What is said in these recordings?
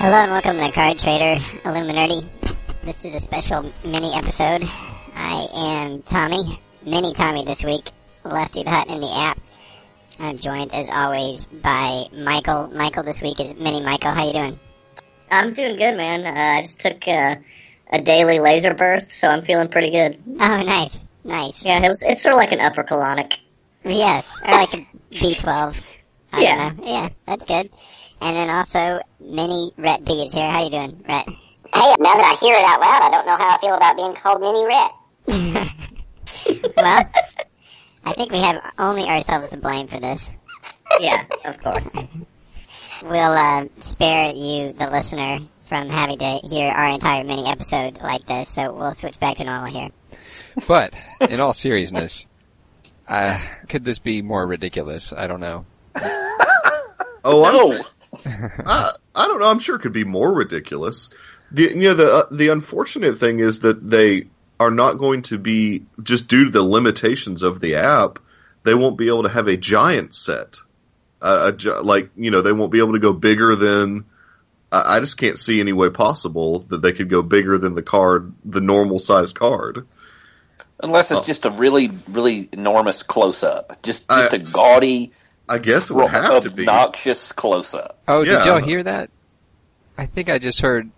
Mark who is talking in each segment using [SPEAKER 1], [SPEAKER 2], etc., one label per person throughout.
[SPEAKER 1] Hello and welcome to Card Trader Illuminati. This is a special mini episode. I am Tommy, mini Tommy this week, Lefty the Hut in the app. I'm joined as always by Michael. Michael this week is mini Michael. How you doing?
[SPEAKER 2] I'm doing good, man. Uh, I just took uh, a daily laser burst, so I'm feeling pretty good.
[SPEAKER 1] Oh, nice, nice.
[SPEAKER 2] Yeah, it was, it's sort of like an upper colonic.
[SPEAKER 1] Yes, or like a B12. I
[SPEAKER 2] Yeah.
[SPEAKER 1] don't know. yeah, that's good. And then also mini Rhett B is here. How you doing, Rhett?
[SPEAKER 3] Hey, now that I hear it out loud, I don't know how I feel about being called Mini Red.
[SPEAKER 1] Well, I think we have only ourselves to blame for this.
[SPEAKER 2] Yeah, of course.
[SPEAKER 1] We'll uh, spare you, the listener, from having to hear our entire mini episode like this, so we'll switch back to normal here.
[SPEAKER 4] But in all seriousness, uh, could this be more ridiculous? I don't know.
[SPEAKER 5] Oh, I don't- I, I don't know. I'm sure it could be more ridiculous. The, you know, the uh, the unfortunate thing is that they are not going to be just due to the limitations of the app. They won't be able to have a giant set. Uh, a, gi- like you know, they won't be able to go bigger than. I, I just can't see any way possible that they could go bigger than the card, the normal size card.
[SPEAKER 6] Unless it's
[SPEAKER 5] Oh.
[SPEAKER 6] just a really, really enormous close up. Just
[SPEAKER 5] I-
[SPEAKER 6] just a gaudy,
[SPEAKER 5] I guess it would
[SPEAKER 6] uh,
[SPEAKER 5] have to be.
[SPEAKER 6] obnoxious close up.
[SPEAKER 4] Oh, did
[SPEAKER 5] Yeah.
[SPEAKER 4] y'all hear that? I think I just heard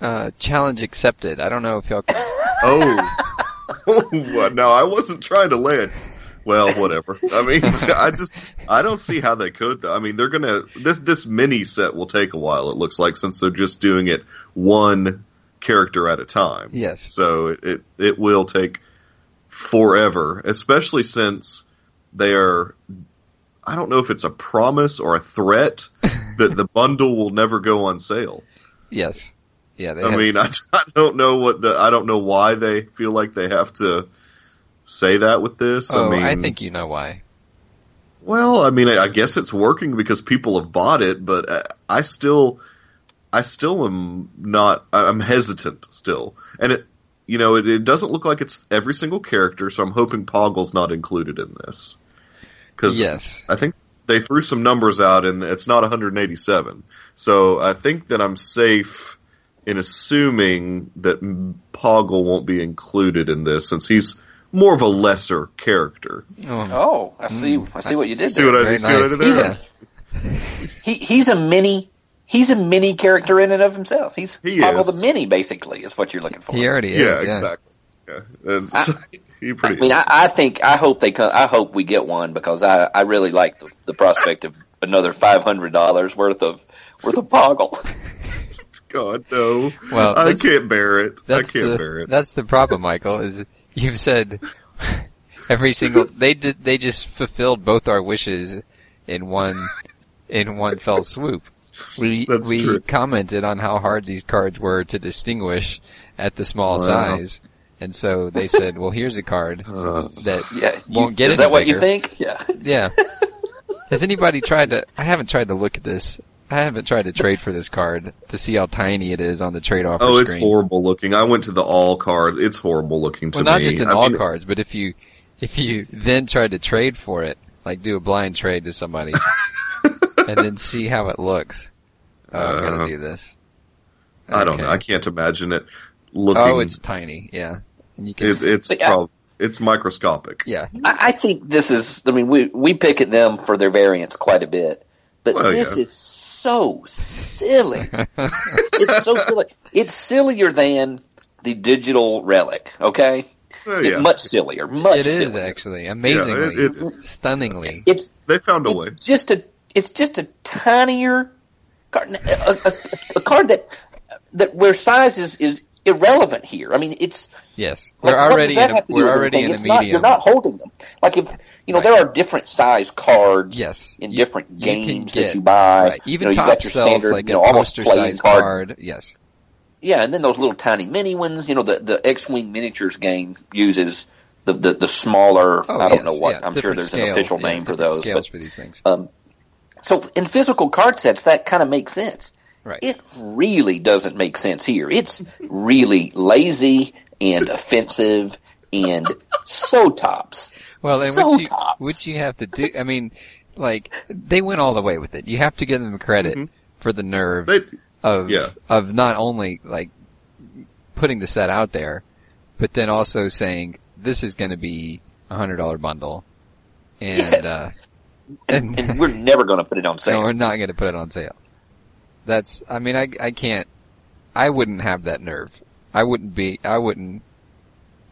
[SPEAKER 4] uh, challenge accepted. I don't know if y'all.
[SPEAKER 5] Oh. oh, no, I wasn't trying to land. Well, whatever. I mean, I just I don't see how they could. Though. I mean, they're gonna this this mini set will take a while. It looks like since they're just doing it one character at a time.
[SPEAKER 4] Yes.
[SPEAKER 5] So it it, it will take forever, especially since they are. I don't know if it's a promise or a threat that the bundle will never go on sale.
[SPEAKER 4] Yes. Yeah. They
[SPEAKER 5] I
[SPEAKER 4] have-
[SPEAKER 5] mean, I, I don't know what the I don't know why they feel like they have to say that with this.
[SPEAKER 4] Oh,
[SPEAKER 5] I mean,
[SPEAKER 4] think you know why.
[SPEAKER 5] Well, I mean, I, I guess it's working because people have bought it, but I, I still, I still am not. I- I'm hesitant still, and it, you know, it, it doesn't look like it's every single character. So I'm hoping Poggle's not included in this because
[SPEAKER 4] Yes.
[SPEAKER 5] I think they threw some numbers out, and it's not 187. So I think that I'm safe in assuming that Poggle won't be included in this, since he's more of a lesser character.
[SPEAKER 4] Oh,
[SPEAKER 6] Oh, I see. I see what you did
[SPEAKER 5] Hmm. See what
[SPEAKER 6] there.
[SPEAKER 5] I,
[SPEAKER 4] very
[SPEAKER 5] see what I
[SPEAKER 4] nice.
[SPEAKER 5] did there?
[SPEAKER 4] Yeah.
[SPEAKER 6] He he's a mini. He's a mini character in and of himself. He's
[SPEAKER 5] He
[SPEAKER 6] Poggle
[SPEAKER 5] is.
[SPEAKER 6] the mini, basically, is what you're looking for.
[SPEAKER 4] He already
[SPEAKER 5] Yeah,
[SPEAKER 4] is. Yeah.
[SPEAKER 5] exactly. Yeah. And
[SPEAKER 6] I-
[SPEAKER 5] so he
[SPEAKER 6] I
[SPEAKER 5] pretty.
[SPEAKER 6] mean, I, I think I hope they come. I hope we get one because I, I really like the, the prospect of another five hundred dollars worth of worth of Poggle.
[SPEAKER 5] God no.
[SPEAKER 4] Well,
[SPEAKER 5] I
[SPEAKER 4] that's-
[SPEAKER 5] can't bear it. I
[SPEAKER 4] That's
[SPEAKER 5] can't
[SPEAKER 4] the,
[SPEAKER 5] bear it.
[SPEAKER 4] That's the problem, Michael. Is you've said every single they did they just fulfilled both our wishes in one in one fell swoop. We
[SPEAKER 5] That's
[SPEAKER 4] we
[SPEAKER 5] true.
[SPEAKER 4] commented on how hard these cards were to distinguish at the small
[SPEAKER 5] Wow.
[SPEAKER 4] size, and so they said, "Well, here's a card
[SPEAKER 5] Uh.
[SPEAKER 4] that
[SPEAKER 6] Yeah, you-
[SPEAKER 4] won't get
[SPEAKER 6] Is that
[SPEAKER 4] any
[SPEAKER 6] what you
[SPEAKER 4] bigger.
[SPEAKER 6] think? Yeah.
[SPEAKER 4] Yeah. Has anybody tried to? I haven't tried to look at this. I haven't tried to trade for this card to see how tiny it is on the trade offer
[SPEAKER 5] Oh,
[SPEAKER 4] screen.
[SPEAKER 5] it's horrible looking. I went to the all card. It's horrible looking to
[SPEAKER 4] well, not
[SPEAKER 5] me.
[SPEAKER 4] just in
[SPEAKER 5] I
[SPEAKER 4] all
[SPEAKER 5] mean,
[SPEAKER 4] cards, but if you if you then tried to trade for it, like do a blind trade to somebody, and then see how it looks. Oh, I'm
[SPEAKER 5] Uh,
[SPEAKER 4] gonna do this.
[SPEAKER 5] I don't
[SPEAKER 4] Okay.
[SPEAKER 5] know. I can't imagine it looking.
[SPEAKER 4] Oh, it's tiny. Yeah, and you can.
[SPEAKER 5] it, it's
[SPEAKER 6] See, I-
[SPEAKER 5] prob- it's microscopic.
[SPEAKER 4] yeah,
[SPEAKER 6] I, I think this is. I mean, we we pick at them for their variance quite a bit, but
[SPEAKER 5] Well,
[SPEAKER 6] this
[SPEAKER 5] yeah.
[SPEAKER 6] is so silly. it's so silly. It's sillier than the digital relic. Okay,
[SPEAKER 5] Uh,
[SPEAKER 6] It's
[SPEAKER 5] yeah.
[SPEAKER 6] much sillier. Much
[SPEAKER 4] it is
[SPEAKER 6] sillier.
[SPEAKER 4] actually amazingly,
[SPEAKER 5] it-
[SPEAKER 4] stunningly.
[SPEAKER 6] It's
[SPEAKER 5] They found a way.
[SPEAKER 6] it's just a it's just a tinier card, a, a, a card that that where size is is irrelevant here. I mean, it's
[SPEAKER 4] Yes,
[SPEAKER 6] Like,
[SPEAKER 4] we're
[SPEAKER 6] what does
[SPEAKER 4] already
[SPEAKER 6] that
[SPEAKER 4] in a,
[SPEAKER 6] have to do
[SPEAKER 4] we're
[SPEAKER 6] with
[SPEAKER 4] already
[SPEAKER 6] anything?
[SPEAKER 4] in a
[SPEAKER 6] it's not, You're
[SPEAKER 4] medium.
[SPEAKER 6] not holding them. Like if you know,
[SPEAKER 4] Right.
[SPEAKER 6] there are different size cards.
[SPEAKER 4] Yes.
[SPEAKER 6] in
[SPEAKER 4] You-
[SPEAKER 6] different
[SPEAKER 4] you can
[SPEAKER 6] games
[SPEAKER 4] get-
[SPEAKER 6] that you buy.
[SPEAKER 4] right. Even
[SPEAKER 6] you know, you've
[SPEAKER 4] top
[SPEAKER 6] got your
[SPEAKER 4] sells
[SPEAKER 6] standard,
[SPEAKER 4] like
[SPEAKER 6] you know,
[SPEAKER 4] a
[SPEAKER 6] almost
[SPEAKER 4] poster
[SPEAKER 6] playing
[SPEAKER 4] size
[SPEAKER 6] card.
[SPEAKER 4] card. Yes,
[SPEAKER 6] Yeah, and then those little tiny mini ones. You know, the the X Wing miniatures game uses the the, the smaller.
[SPEAKER 4] oh,
[SPEAKER 6] I don't
[SPEAKER 4] yes,
[SPEAKER 6] know what.
[SPEAKER 4] yeah,
[SPEAKER 6] I'm sure
[SPEAKER 4] different
[SPEAKER 6] there's an
[SPEAKER 4] scale,
[SPEAKER 6] official
[SPEAKER 4] yeah,
[SPEAKER 6] name for
[SPEAKER 4] different
[SPEAKER 6] those.
[SPEAKER 4] Scales
[SPEAKER 6] But,
[SPEAKER 4] for these things.
[SPEAKER 6] um, so in physical card sets, that kind of makes sense.
[SPEAKER 4] Right.
[SPEAKER 6] It really doesn't make sense here. It's really lazy and offensive and so tops.
[SPEAKER 4] Well, then
[SPEAKER 6] so
[SPEAKER 4] what you,
[SPEAKER 6] tops.
[SPEAKER 4] what you have to do, I mean, like, they went all the way with it. You have to give them credit for the nerve
[SPEAKER 5] They
[SPEAKER 4] of
[SPEAKER 5] Yeah.
[SPEAKER 4] of not only like putting the set out there, but then also saying this is going to be a hundred dollar bundle, and
[SPEAKER 6] Yes.
[SPEAKER 4] uh,
[SPEAKER 6] and,
[SPEAKER 4] and,
[SPEAKER 6] and we're never going to put it on
[SPEAKER 4] no,
[SPEAKER 6] sale.
[SPEAKER 4] we're not going to put it on sale. That's I mean I I can't I wouldn't have that nerve. I wouldn't be I wouldn't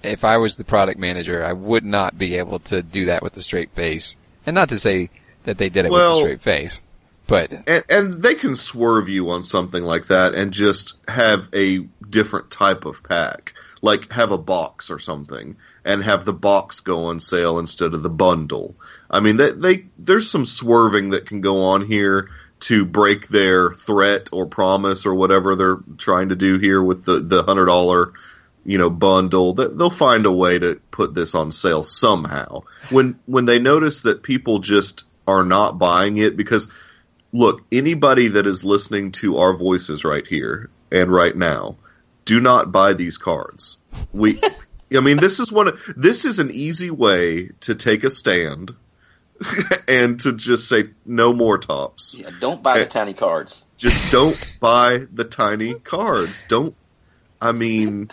[SPEAKER 4] if I was the product manager I would not be able to do that with a straight face. And not to say that they did it with
[SPEAKER 5] Well-
[SPEAKER 4] a straight face, but
[SPEAKER 5] and, and they can swerve you on something like that and just have a different type of pack like have a box or something and have the box go on sale instead of the bundle i mean they, they there's some swerving that can go on here to break their threat or promise or whatever they're trying to do here with the the hundred dollar you know bundle They- they'll find a way to put this on sale somehow when when they notice that people just are not buying it because look, anybody that is listening to our voices right here and right now, do not buy these cards. We, I mean, this is one. Of, this is an easy way to take a stand and to just say no more tops.
[SPEAKER 6] Yeah, don't buy the tiny cards.
[SPEAKER 5] Just don't buy the tiny cards. Don't. I mean,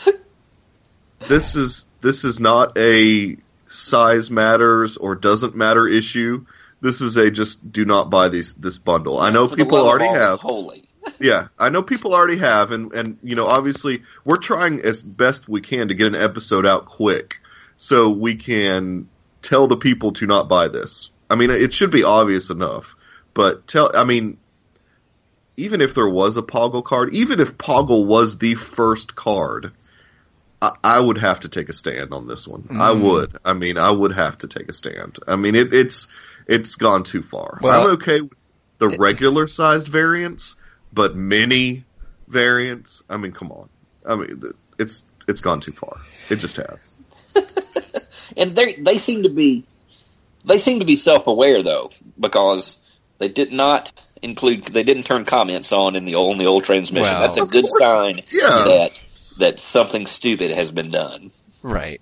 [SPEAKER 5] this is this is not a size matters or doesn't matter issue. This is a just do not buy these this bundle. I know
[SPEAKER 6] For the
[SPEAKER 5] people
[SPEAKER 6] love of
[SPEAKER 5] already
[SPEAKER 6] all
[SPEAKER 5] have
[SPEAKER 6] that's Holy.
[SPEAKER 5] yeah, I know people already have, and and you know, obviously, we're trying as best we can to get an episode out quick, so we can tell the people to not buy this. I mean, it should be obvious enough, but tell. I mean, even if there was a Poggle card, even if Poggle was the first card, I, I would have to take a stand on this one. I
[SPEAKER 4] Mm.
[SPEAKER 5] would. I mean, I would have to take a stand. I mean, it, it's it's gone too far.
[SPEAKER 4] Well-
[SPEAKER 5] I'm okay with the regular sized variants, but many variants. I mean, come on. I mean, th- it's it's gone too far. It just has.
[SPEAKER 6] And they they seem to be they seem to be self aware though because they did not include they didn't turn comments on in the old, in the old transmission.
[SPEAKER 4] Well-
[SPEAKER 6] That's a
[SPEAKER 5] Of
[SPEAKER 6] good
[SPEAKER 5] course.
[SPEAKER 6] sign
[SPEAKER 5] Yeah.
[SPEAKER 6] that that something stupid has been done.
[SPEAKER 4] right.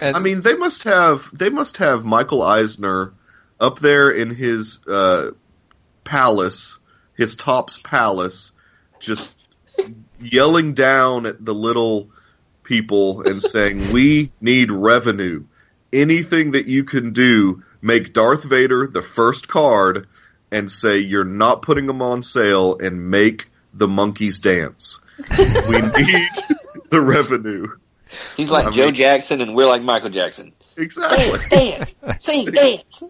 [SPEAKER 4] And
[SPEAKER 5] I mean, they must have they must have Michael Eisner up there in his uh, palace, his tops palace, just yelling down at the little people and saying, "We need revenue. Anything that you can do, make Darth Vader the first card, and say you're not putting them on sale, and make the monkeys dance. we need the revenue."
[SPEAKER 6] He's like
[SPEAKER 5] I
[SPEAKER 6] Joe
[SPEAKER 5] mean-
[SPEAKER 6] Jackson, and we're like Michael Jackson.
[SPEAKER 5] Exactly.
[SPEAKER 6] dance, sing, dance.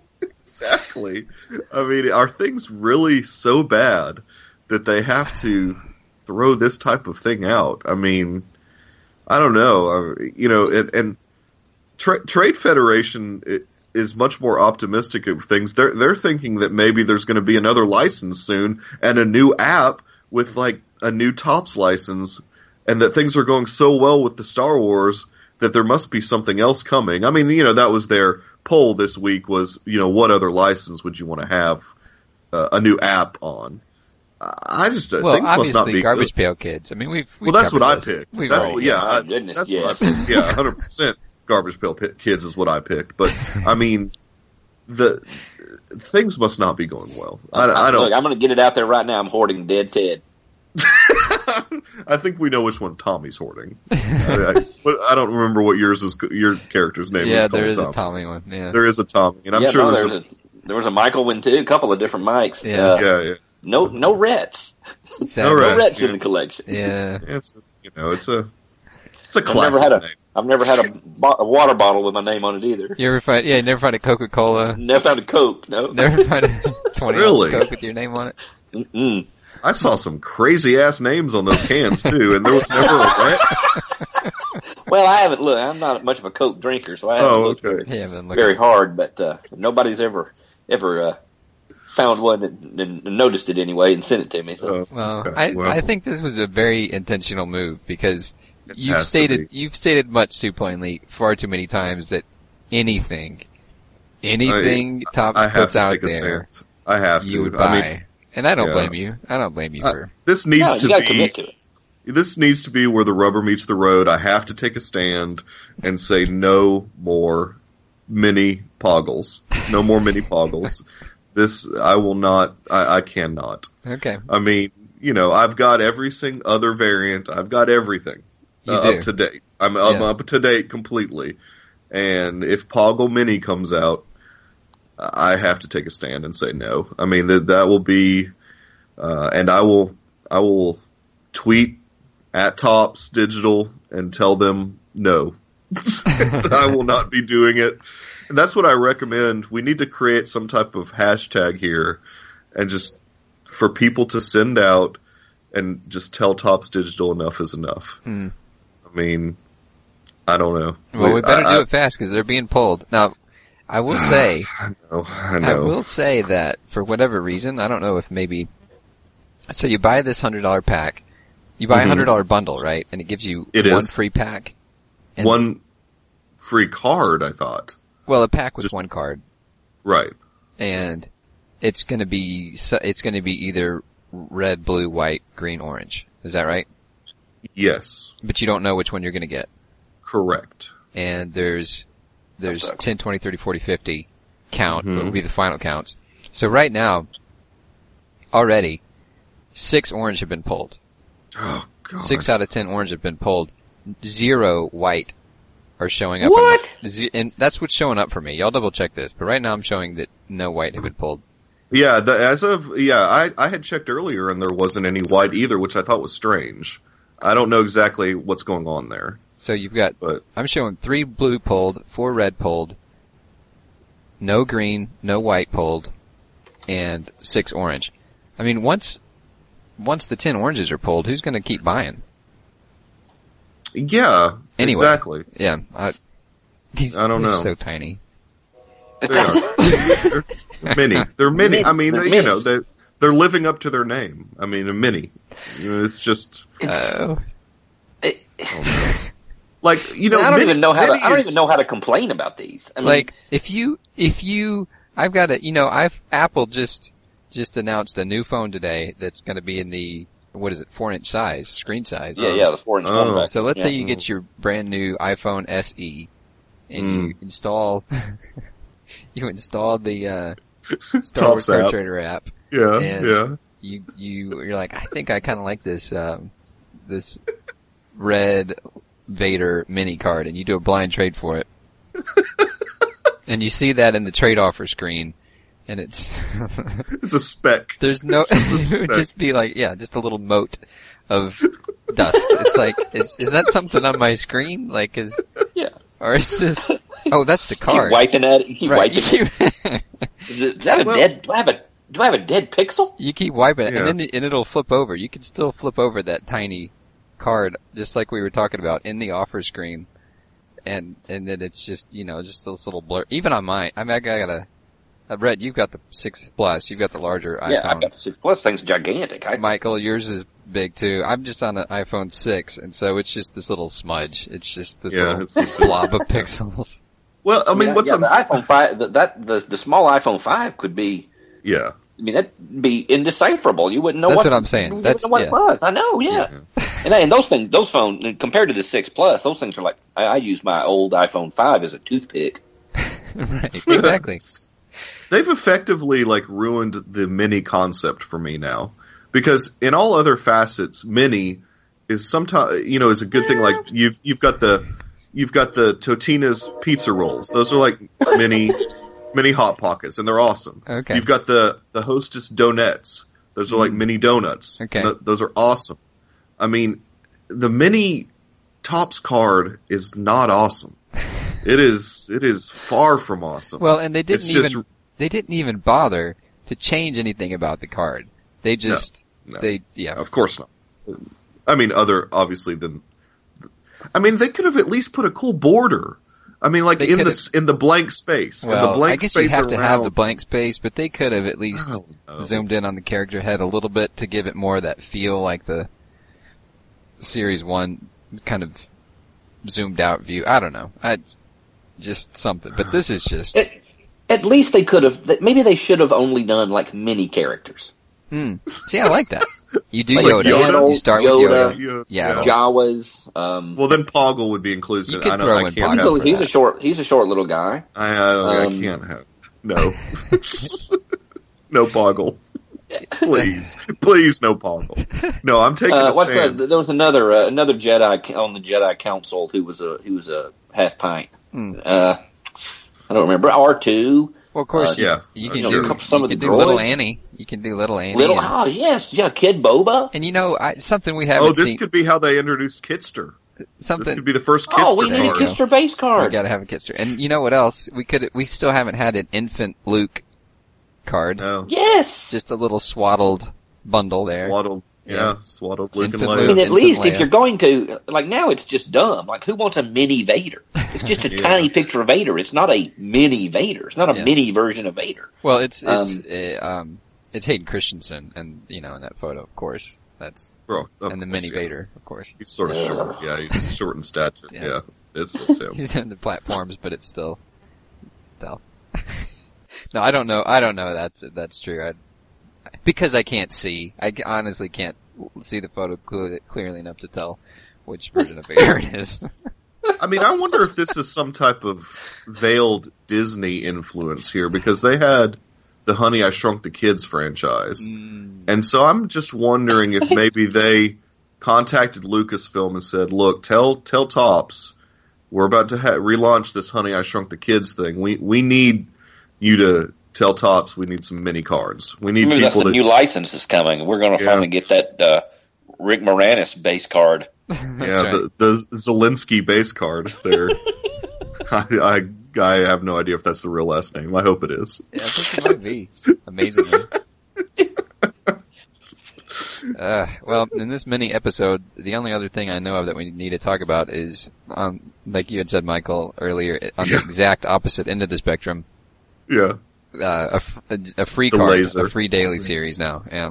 [SPEAKER 5] Exactly. I mean, are things really so bad that they have to throw this type of thing out? I mean, I don't know. I, you know, and, and tra- Trade Federation i- is much more optimistic of things. They're they're thinking that maybe there's going to be another license soon and a new app with like a new tops license, and that things are going so well with the Star Wars that there must be something else coming. I mean, you know, that was their poll this week was, you know, what other license would you want to have uh, a new app on? I I just uh,
[SPEAKER 4] well,
[SPEAKER 5] things must not
[SPEAKER 4] obviously,
[SPEAKER 5] be
[SPEAKER 4] garbage
[SPEAKER 5] good.
[SPEAKER 4] pail kids. I mean, we've, we've
[SPEAKER 5] Well, that's
[SPEAKER 4] covered
[SPEAKER 5] what I
[SPEAKER 4] this.
[SPEAKER 5] picked.
[SPEAKER 4] We've
[SPEAKER 5] That's
[SPEAKER 4] all-
[SPEAKER 5] what- yeah,
[SPEAKER 6] my
[SPEAKER 5] I-
[SPEAKER 6] goodness,
[SPEAKER 5] that's
[SPEAKER 6] yes.
[SPEAKER 5] what I picked. Yeah, hundred percent garbage pail pi kids is what I picked. But I mean, the things must not be going well. I, I don't.
[SPEAKER 6] Look, I'm going to get it out there right now. I'm hoarding dead Ted.
[SPEAKER 5] I think we know which one Tommy's hoarding. I, I- but I don't remember what yours is. Your character's name
[SPEAKER 4] yeah,
[SPEAKER 5] is called
[SPEAKER 4] there is
[SPEAKER 5] Tommy.
[SPEAKER 4] a Tommy one. Yeah.
[SPEAKER 5] There is a Tommy, and I'm
[SPEAKER 6] yeah,
[SPEAKER 5] sure
[SPEAKER 6] no,
[SPEAKER 5] there's,
[SPEAKER 6] there, was a, there was a Michael one too. A couple of different mics.
[SPEAKER 4] Yeah.
[SPEAKER 6] Uh,
[SPEAKER 5] a, yeah, yeah.
[SPEAKER 6] No, no rets.
[SPEAKER 4] Sad-
[SPEAKER 5] right.
[SPEAKER 6] No rets
[SPEAKER 5] Yeah.
[SPEAKER 6] in the collection.
[SPEAKER 4] Yeah.
[SPEAKER 5] It's you know, it's a it's a
[SPEAKER 6] I've never
[SPEAKER 5] classic
[SPEAKER 6] had a
[SPEAKER 5] name.
[SPEAKER 6] have never had a, bo- a water bottle with my name on it either.
[SPEAKER 4] You ever find? Yeah, you never find a Coca Cola.
[SPEAKER 6] Never found a Coke. No.
[SPEAKER 4] Never find a twenty
[SPEAKER 5] Really?
[SPEAKER 4] ounce Coke with your name on it.
[SPEAKER 6] Mm-mm.
[SPEAKER 5] I saw some crazy ass names on those cans too, and there was never a rant.
[SPEAKER 6] Well, I haven't looked. I'm not much of a Coke drinker, so I haven't
[SPEAKER 5] Oh,
[SPEAKER 6] looked
[SPEAKER 5] okay.
[SPEAKER 4] Yeah, I've been looking.
[SPEAKER 6] very hard. But uh, nobody's ever ever uh, found one and, and noticed it anyway and sent it to me. So.
[SPEAKER 5] Oh,
[SPEAKER 4] Well,
[SPEAKER 5] okay.
[SPEAKER 4] I,
[SPEAKER 5] Well.
[SPEAKER 4] I think this was a very intentional move because you've
[SPEAKER 5] has to
[SPEAKER 4] stated you've stated much too plainly far too many times that anything anything Tops
[SPEAKER 5] I have
[SPEAKER 4] puts
[SPEAKER 5] to
[SPEAKER 4] out
[SPEAKER 5] take a
[SPEAKER 4] there
[SPEAKER 5] stand. I have
[SPEAKER 4] you
[SPEAKER 5] to.
[SPEAKER 4] would buy,
[SPEAKER 5] I mean,
[SPEAKER 4] and I don't
[SPEAKER 5] yeah. Uh,
[SPEAKER 4] blame you. I don't blame you
[SPEAKER 5] I-
[SPEAKER 4] for
[SPEAKER 5] this needs
[SPEAKER 6] No, you
[SPEAKER 5] to
[SPEAKER 6] got to
[SPEAKER 5] be
[SPEAKER 6] commit to it.
[SPEAKER 5] this needs to be where the rubber meets the road. I have to take a stand and say no more mini poggles. No more mini poggles. This I will not. I, I cannot.
[SPEAKER 4] okay.
[SPEAKER 5] I mean, you know, I've got every sing- other variant. I've got everything
[SPEAKER 4] You
[SPEAKER 5] uh,
[SPEAKER 4] do.
[SPEAKER 5] up to date. I'm, I'm
[SPEAKER 4] Yeah.
[SPEAKER 5] up to date completely. And if Poggle Mini comes out, I have to take a stand and say no. I mean that that will be, uh, and I will I will tweet at Tops Digital and tell them no. I will not be doing it. And that's what I recommend. We need to create some type of hashtag here and just for people to send out and just tell Tops Digital enough is enough.
[SPEAKER 4] Hmm.
[SPEAKER 5] I mean, I don't know.
[SPEAKER 4] Well, we better
[SPEAKER 5] I,
[SPEAKER 4] do it fast because they're being pulled. Now, I will say,
[SPEAKER 5] I know. I
[SPEAKER 4] I
[SPEAKER 5] know.
[SPEAKER 4] will say that for whatever reason, I don't know if maybe, so you buy this hundred dollar pack, you buy a
[SPEAKER 5] Mhm.
[SPEAKER 4] hundred dollar bundle, right? And it gives you
[SPEAKER 5] It
[SPEAKER 4] one
[SPEAKER 5] is.
[SPEAKER 4] free pack. And-
[SPEAKER 5] One free card, I thought.
[SPEAKER 4] Well, a pack with
[SPEAKER 5] Just-
[SPEAKER 4] one card.
[SPEAKER 5] Right.
[SPEAKER 4] and it's going to be so- it's going to be either red, blue, white, green, orange. Is that right?
[SPEAKER 5] Yes.
[SPEAKER 4] But you don't know which one you're going to get.
[SPEAKER 5] Correct.
[SPEAKER 4] And there's there's
[SPEAKER 6] sucks.
[SPEAKER 4] 10, 20, 30, 40, 50 count
[SPEAKER 5] Mhm.
[SPEAKER 4] will be the final counts. So right now, already six orange have been pulled.
[SPEAKER 5] Oh god.
[SPEAKER 4] Six out of ten orange have been pulled. Zero white are showing up.
[SPEAKER 6] What?
[SPEAKER 4] And, ze- and that's what's showing up for me. Y'all double check this. But right now, I'm showing that no white have been pulled.
[SPEAKER 5] Yeah, the, as of yeah, I I had checked earlier and there wasn't any white either, which I thought was strange. I don't know exactly what's going on there,
[SPEAKER 4] So you've got
[SPEAKER 5] but
[SPEAKER 4] I'm showing three blue pulled, four red pulled, no green, no white pulled, and six orange. I mean, once once the ten oranges are pulled, who's going to keep buying?
[SPEAKER 5] yeah,
[SPEAKER 4] Anyway.
[SPEAKER 5] exactly.
[SPEAKER 4] Yeah, I, these
[SPEAKER 5] I don't
[SPEAKER 4] they're
[SPEAKER 5] know.
[SPEAKER 4] So tiny.
[SPEAKER 5] They are. they're many. They're many. I mean,
[SPEAKER 6] They're
[SPEAKER 5] they, you
[SPEAKER 6] many.
[SPEAKER 5] know, they they're living up to their name. I mean, a mini. It's just
[SPEAKER 6] It's-
[SPEAKER 4] Oh,
[SPEAKER 6] it-
[SPEAKER 5] like you know.
[SPEAKER 6] I don't
[SPEAKER 5] mini-
[SPEAKER 6] even know how to.
[SPEAKER 5] mini
[SPEAKER 6] I don't
[SPEAKER 5] is-
[SPEAKER 6] even know how to complain about these. I mean,
[SPEAKER 4] like if you if you I've got a you know I've Apple just just announced a new phone today that's going to be in the what is it four inch size screen size.
[SPEAKER 6] yeah, yeah, the four inch
[SPEAKER 5] Oh.
[SPEAKER 6] form factor.
[SPEAKER 4] So let's
[SPEAKER 6] yeah.
[SPEAKER 4] say you get your brand new iPhone SE, and you install you install the uh, Star Wars
[SPEAKER 5] Tops
[SPEAKER 4] Star
[SPEAKER 5] app.
[SPEAKER 4] Trader app.
[SPEAKER 5] Yeah,
[SPEAKER 4] and-
[SPEAKER 5] yeah.
[SPEAKER 4] You you you're like, I think I kind of like this um, this red Vader mini card, and you do a blind trade for it, and you see that in the trade offer screen, and it's
[SPEAKER 5] It's a speck.
[SPEAKER 4] There's no,
[SPEAKER 5] It's
[SPEAKER 4] it would just be like, yeah, just a little mote of dust. It's like, is, is that something on my screen? Like, is,
[SPEAKER 6] Yeah.
[SPEAKER 4] or is this, oh, that's the
[SPEAKER 6] keep
[SPEAKER 4] card.
[SPEAKER 6] wiping at it. You keep
[SPEAKER 4] right.
[SPEAKER 6] wiping.
[SPEAKER 4] You
[SPEAKER 6] it.
[SPEAKER 4] keep,
[SPEAKER 6] Is, it, is that a
[SPEAKER 5] Well-
[SPEAKER 6] dead? Do I have a Do I have a dead pixel?
[SPEAKER 4] you keep wiping it,
[SPEAKER 5] Yeah.
[SPEAKER 4] and then it, and it'll flip over. You can still flip over that tiny card, just like we were talking about in the offer screen. And, and then it's just, you know, just this little blur. Even on mine, I mean, I got a, uh, Brett, you've got the 6 Plus, you've got the larger iPhone.
[SPEAKER 6] Yeah, I've got the six plus. Thing's gigantic. I,
[SPEAKER 4] Michael, yours is big too. I'm just on an iPhone 6, and so it's just this little smudge. It's just this
[SPEAKER 5] Yeah, it's
[SPEAKER 4] little
[SPEAKER 5] just-
[SPEAKER 4] blob of pixels.
[SPEAKER 5] Well, I mean,
[SPEAKER 6] yeah,
[SPEAKER 5] what's
[SPEAKER 6] yeah,
[SPEAKER 5] on?
[SPEAKER 6] the iPhone five? The, that the, the small iPhone five could be.
[SPEAKER 5] yeah.
[SPEAKER 6] I mean, that'd be indecipherable. You wouldn't know.
[SPEAKER 4] That's
[SPEAKER 6] what,
[SPEAKER 4] what I'm saying.
[SPEAKER 6] You wouldn't
[SPEAKER 4] That's-
[SPEAKER 6] know what
[SPEAKER 4] yeah.
[SPEAKER 6] it was. I know. Yeah. and, and those things, those phones, compared to the six plus, those things are like I, I use my old iPhone five as a toothpick.
[SPEAKER 4] right, exactly.
[SPEAKER 5] they've effectively like ruined the mini concept for me now because in all other facets mini is sometimes you know is a good thing like you've you've got the you've got the totina's pizza rolls those are like mini mini hot pockets and they're awesome
[SPEAKER 4] Okay. Mm.
[SPEAKER 5] you've got the the hostess donuts those are like mini donuts
[SPEAKER 4] Okay.
[SPEAKER 5] Th- those are awesome i mean the mini tops card is not awesome it is it is far from awesome
[SPEAKER 4] Well, and they didn't
[SPEAKER 5] It's just-
[SPEAKER 4] even they didn't even bother to change anything about the card. They just
[SPEAKER 5] No.
[SPEAKER 4] they yeah.
[SPEAKER 5] Of course not. I mean, other obviously than. I mean, they could have at least put a cool border. I mean, like
[SPEAKER 4] They
[SPEAKER 5] in
[SPEAKER 4] could
[SPEAKER 5] the s- in the blank space. in the
[SPEAKER 4] Well,
[SPEAKER 5] blank
[SPEAKER 4] I guess you
[SPEAKER 5] space
[SPEAKER 4] have to have the
[SPEAKER 5] around-
[SPEAKER 4] blank space, but they could have at least
[SPEAKER 5] I don't know.
[SPEAKER 4] zoomed in on the character head a little bit to give it more of that feel like the series one kind of zoomed out view. I don't know. I just something, but this is just
[SPEAKER 6] At, at least they could have. Maybe they should have only done like mini characters.
[SPEAKER 4] Mm. See, I like that. You do
[SPEAKER 6] Like
[SPEAKER 4] Yoda.
[SPEAKER 5] Yoda,
[SPEAKER 4] You start with
[SPEAKER 6] Yoda.
[SPEAKER 4] Yoda.
[SPEAKER 5] Yeah.
[SPEAKER 4] Yeah.
[SPEAKER 6] Jawas. Um,
[SPEAKER 5] Well, then Poggle would be included.
[SPEAKER 4] You
[SPEAKER 5] in it.
[SPEAKER 4] could
[SPEAKER 5] I, don't,
[SPEAKER 4] throw
[SPEAKER 5] I
[SPEAKER 4] in
[SPEAKER 5] can't
[SPEAKER 4] Poggle.
[SPEAKER 6] he's
[SPEAKER 5] have
[SPEAKER 6] a, he's
[SPEAKER 5] that.
[SPEAKER 6] a short. He's a short little guy.
[SPEAKER 5] I, I, I
[SPEAKER 6] um,
[SPEAKER 5] can't have. No. no Poggle. please, please, no Pongle. No, I'm taking
[SPEAKER 6] Uh,
[SPEAKER 5] a
[SPEAKER 6] what's
[SPEAKER 5] stand.
[SPEAKER 6] that? There was another uh, another Jedi on the Jedi Council who was a who was a half pint.
[SPEAKER 4] Hmm.
[SPEAKER 6] Uh, I don't remember R two
[SPEAKER 4] Well, of course,
[SPEAKER 6] Uh,
[SPEAKER 4] you,
[SPEAKER 5] yeah.
[SPEAKER 4] you can
[SPEAKER 6] You know,
[SPEAKER 4] do,
[SPEAKER 6] a couple- some
[SPEAKER 4] you
[SPEAKER 6] of
[SPEAKER 4] can
[SPEAKER 6] the
[SPEAKER 4] do little
[SPEAKER 6] droids.
[SPEAKER 4] Annie. You can do little Annie.
[SPEAKER 6] little.
[SPEAKER 4] and,
[SPEAKER 6] Oh yes, yeah, Kid Boba.
[SPEAKER 4] and you know, I, something we haven't
[SPEAKER 5] Oh, this
[SPEAKER 4] seen.
[SPEAKER 5] could be how they introduced Kitster. This
[SPEAKER 4] something
[SPEAKER 5] could be the first Kitster
[SPEAKER 6] Oh, we need a
[SPEAKER 5] card.
[SPEAKER 6] Kister base
[SPEAKER 4] we
[SPEAKER 6] card.
[SPEAKER 4] gotta have a kidster. And you know what else? We could. We still haven't had an infant Luke card.
[SPEAKER 5] No,
[SPEAKER 6] Yes.
[SPEAKER 4] Just a little swaddled bundle there.
[SPEAKER 5] swaddled.
[SPEAKER 4] Yeah.
[SPEAKER 5] Yeah, swaddled Luke and
[SPEAKER 4] Infant
[SPEAKER 6] I
[SPEAKER 5] Leia.
[SPEAKER 6] mean, at
[SPEAKER 4] Infant
[SPEAKER 6] least if
[SPEAKER 4] Leia.
[SPEAKER 6] you're going to like now, it's just dumb. Like, who wants a mini Vader? It's just a
[SPEAKER 5] Yeah.
[SPEAKER 6] tiny picture of Vader. It's not a mini Vader. It's not a
[SPEAKER 4] Yeah.
[SPEAKER 6] mini version of Vader.
[SPEAKER 4] Well, it's it's
[SPEAKER 6] Um,
[SPEAKER 4] uh, um it's Hayden Christensen, and you know in that photo, of course. That's
[SPEAKER 5] Bro, of
[SPEAKER 4] and the
[SPEAKER 5] course,
[SPEAKER 4] mini
[SPEAKER 5] yeah.
[SPEAKER 4] Vader, of course.
[SPEAKER 5] He's sort of short. Yeah, he's short in stature.
[SPEAKER 4] Yeah.
[SPEAKER 5] Yeah, It's, it's him.
[SPEAKER 4] He's on the platforms, but it's still Del. no, I don't know. I don't know. That's that's true. I, because I can't see. I c- honestly can't see the photo clearly, clearly enough to tell which version of Vader it is.
[SPEAKER 5] I mean, I wonder if this is some type of veiled Disney influence here because they had the Honey I Shrunk the Kids franchise.
[SPEAKER 4] Mm.
[SPEAKER 5] And so I'm just wondering if maybe they contacted Lucasfilm and said, "Look, tell tell Tops, we're about to ha- relaunch this Honey I Shrunk the Kids thing. We we need you to tell Tops we need some mini cards. We need
[SPEAKER 6] Maybe that's
[SPEAKER 5] people
[SPEAKER 6] the
[SPEAKER 5] to
[SPEAKER 6] new license that's coming. We're going to
[SPEAKER 5] Yeah.
[SPEAKER 6] finally get that uh, Rick Moranis base card.
[SPEAKER 5] yeah the, the Zelensky base card there. I, I I have no idea if that's the real last name. I hope it is.
[SPEAKER 4] Yeah, I think it might be. Amazingly. Uh, well, in this mini episode, the only other thing I know of that we need to talk about is, um, like you had said, Michael, earlier, it- on the
[SPEAKER 5] Yeah.
[SPEAKER 4] exact opposite end of the spectrum,
[SPEAKER 5] Yeah,
[SPEAKER 4] uh, a f- a, a free
[SPEAKER 5] The
[SPEAKER 4] card,
[SPEAKER 5] laser.
[SPEAKER 4] a free daily series now. Yeah.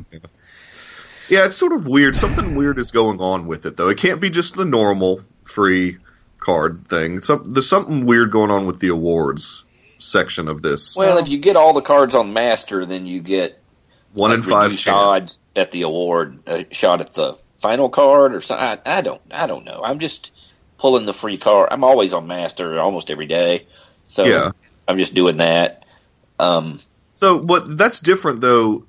[SPEAKER 5] yeah. It's sort of weird. Something weird is going on with it though. It can't be just the normal free card thing. Some, there's something weird going on with the awards section of this.
[SPEAKER 6] Well, if you get all the cards on Master, then you get
[SPEAKER 5] One in
[SPEAKER 6] like,
[SPEAKER 5] five
[SPEAKER 6] reduced
[SPEAKER 5] chance.
[SPEAKER 6] odds at the award, a shot at the final card, or something. I, I don't, I don't know. I'm just pulling the free card. I'm always on Master almost every day, so
[SPEAKER 5] Yeah.
[SPEAKER 6] I'm just doing that. Um,
[SPEAKER 5] So what? That's different though.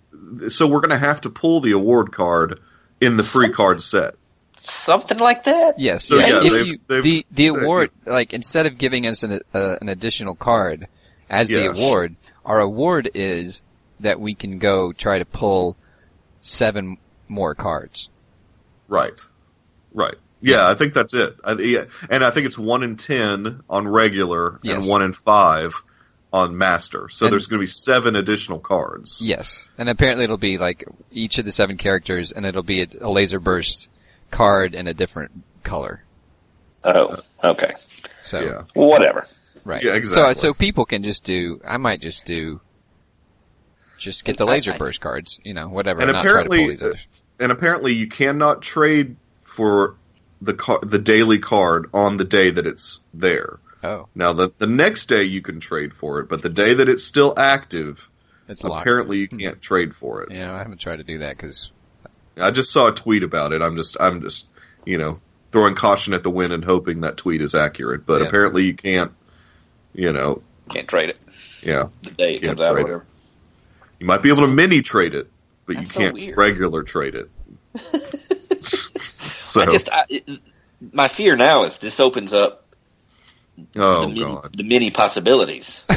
[SPEAKER 5] So we're going to have to pull the award card in the free card set.
[SPEAKER 6] something like that.
[SPEAKER 4] Yes.
[SPEAKER 5] So,
[SPEAKER 4] yeah,
[SPEAKER 5] yeah,
[SPEAKER 4] if
[SPEAKER 5] they've-
[SPEAKER 4] you-
[SPEAKER 5] they've-
[SPEAKER 4] the, the
[SPEAKER 5] they-
[SPEAKER 4] award, like, instead of giving us an, uh, an additional card as the
[SPEAKER 5] Yeah.
[SPEAKER 4] award, our award is that we can go try to pull seven more cards.
[SPEAKER 5] Right. Right. Yeah, I think that's it. I, yeah, and I think it's one in ten on regular
[SPEAKER 4] Yes.
[SPEAKER 5] and one in five on master. So
[SPEAKER 4] And-
[SPEAKER 5] there's going to be seven additional cards.
[SPEAKER 4] Yes, and apparently it'll be like each of the seven characters, and it'll be a, a laser burst card in a different color.
[SPEAKER 6] Oh, okay,
[SPEAKER 4] So
[SPEAKER 5] Yeah.
[SPEAKER 6] well, whatever.
[SPEAKER 4] right,
[SPEAKER 5] Yeah, exactly.
[SPEAKER 4] So so people can just do. I might just do. Just get the
[SPEAKER 6] I-
[SPEAKER 4] laser
[SPEAKER 6] I-
[SPEAKER 4] burst cards, you know, whatever.
[SPEAKER 5] And
[SPEAKER 4] not try to pull
[SPEAKER 5] apparently- uh,
[SPEAKER 4] these others.
[SPEAKER 5] And apparently, you cannot trade for the car- the daily card on the day that it's there.
[SPEAKER 4] oh,
[SPEAKER 5] Now, the the next day you can trade for it, but the day that it's still active,
[SPEAKER 4] it's locked.
[SPEAKER 5] apparently you can't trade for it.
[SPEAKER 4] you know, I haven't tried to do that because
[SPEAKER 5] I just saw a tweet about it. I'm just, I'm just, you know, throwing caution at the wind and hoping that tweet is accurate. But
[SPEAKER 4] Yeah.
[SPEAKER 5] apparently, you can't. You know,
[SPEAKER 6] Can't trade it
[SPEAKER 5] yeah,
[SPEAKER 6] the day it
[SPEAKER 5] Can't
[SPEAKER 6] comes out, or
[SPEAKER 5] trade it.
[SPEAKER 6] whatever.
[SPEAKER 5] you might be able to mini trade it, but
[SPEAKER 6] That's so
[SPEAKER 5] you can't
[SPEAKER 6] weird.
[SPEAKER 5] regular trade it. so,
[SPEAKER 6] I just, I, it- my fear now is this opens up
[SPEAKER 5] oh
[SPEAKER 6] the, many,
[SPEAKER 5] god,
[SPEAKER 6] the many possibilities.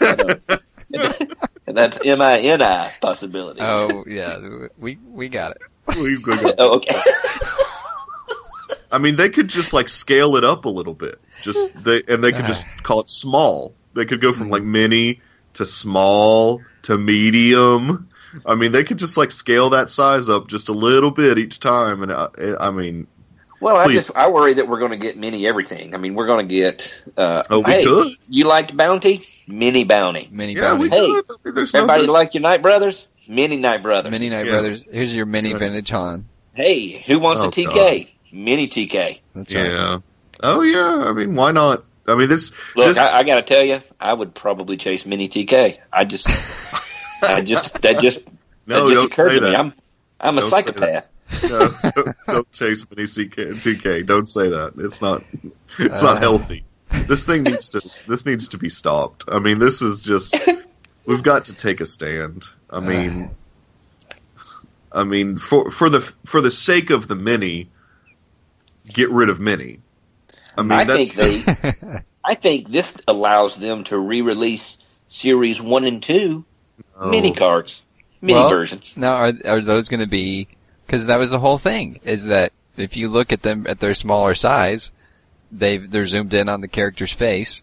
[SPEAKER 6] and that's M I N I possibilities.
[SPEAKER 4] oh yeah, we we got it.
[SPEAKER 5] We've got-
[SPEAKER 6] Oh, okay.
[SPEAKER 5] I mean, they could just like scale it up a little bit, just they, and they could just call it small. They could go from
[SPEAKER 6] Mm-hmm.
[SPEAKER 5] like mini to small to medium. I mean, they could just like scale that size up just a little bit each time, and I, I mean,
[SPEAKER 6] Well,
[SPEAKER 5] Please.
[SPEAKER 6] I just I worry that we're going to get many everything. I mean, we're going to get. Uh,
[SPEAKER 5] Oh, we
[SPEAKER 6] hey,
[SPEAKER 5] could.
[SPEAKER 6] You liked Bounty? Mini Bounty.
[SPEAKER 4] Mini
[SPEAKER 5] yeah, we
[SPEAKER 4] Bounty.
[SPEAKER 6] Hey,
[SPEAKER 5] could. I mean, there's
[SPEAKER 6] Everybody
[SPEAKER 5] no,
[SPEAKER 6] liked your Night Brothers? Mini Night Brothers.
[SPEAKER 4] Mini Night
[SPEAKER 5] Yeah.
[SPEAKER 4] Brothers. Here's your mini
[SPEAKER 5] Yeah.
[SPEAKER 4] vintage Han.
[SPEAKER 6] Hey, who wants a
[SPEAKER 5] Oh,
[SPEAKER 6] TK? Mini TK.
[SPEAKER 4] That's right.
[SPEAKER 5] yeah. Oh yeah. I mean, why not? I mean, this.
[SPEAKER 6] Look,
[SPEAKER 5] this
[SPEAKER 6] I, I got to tell you, I would probably chase Mini TK. I just, I just that just
[SPEAKER 5] no,
[SPEAKER 6] that just
[SPEAKER 5] don't
[SPEAKER 6] occurred
[SPEAKER 5] say
[SPEAKER 6] to me.
[SPEAKER 5] that.
[SPEAKER 6] I'm I'm a
[SPEAKER 5] Don't say that.
[SPEAKER 6] psychopath.
[SPEAKER 5] No, don't, don't chase E mini CK, TK. Don't say that. It's not. It's
[SPEAKER 4] Uh.
[SPEAKER 5] not healthy. This thing needs to. This needs to be
[SPEAKER 4] Uh.
[SPEAKER 5] stopped. I mean, this is just. We've got to take a stand. I mean, I mean, for for the for the sake of the many, get rid of many. I mean,
[SPEAKER 6] I
[SPEAKER 5] that's
[SPEAKER 6] think they. I think this allows them to re-release series one and two
[SPEAKER 5] oh,
[SPEAKER 6] mini cards, mini
[SPEAKER 4] Well,
[SPEAKER 6] versions.
[SPEAKER 4] Now, are are those going to be? Because that was the whole thing. Is that if you look at them at their smaller size, they they're zoomed in on the character's face.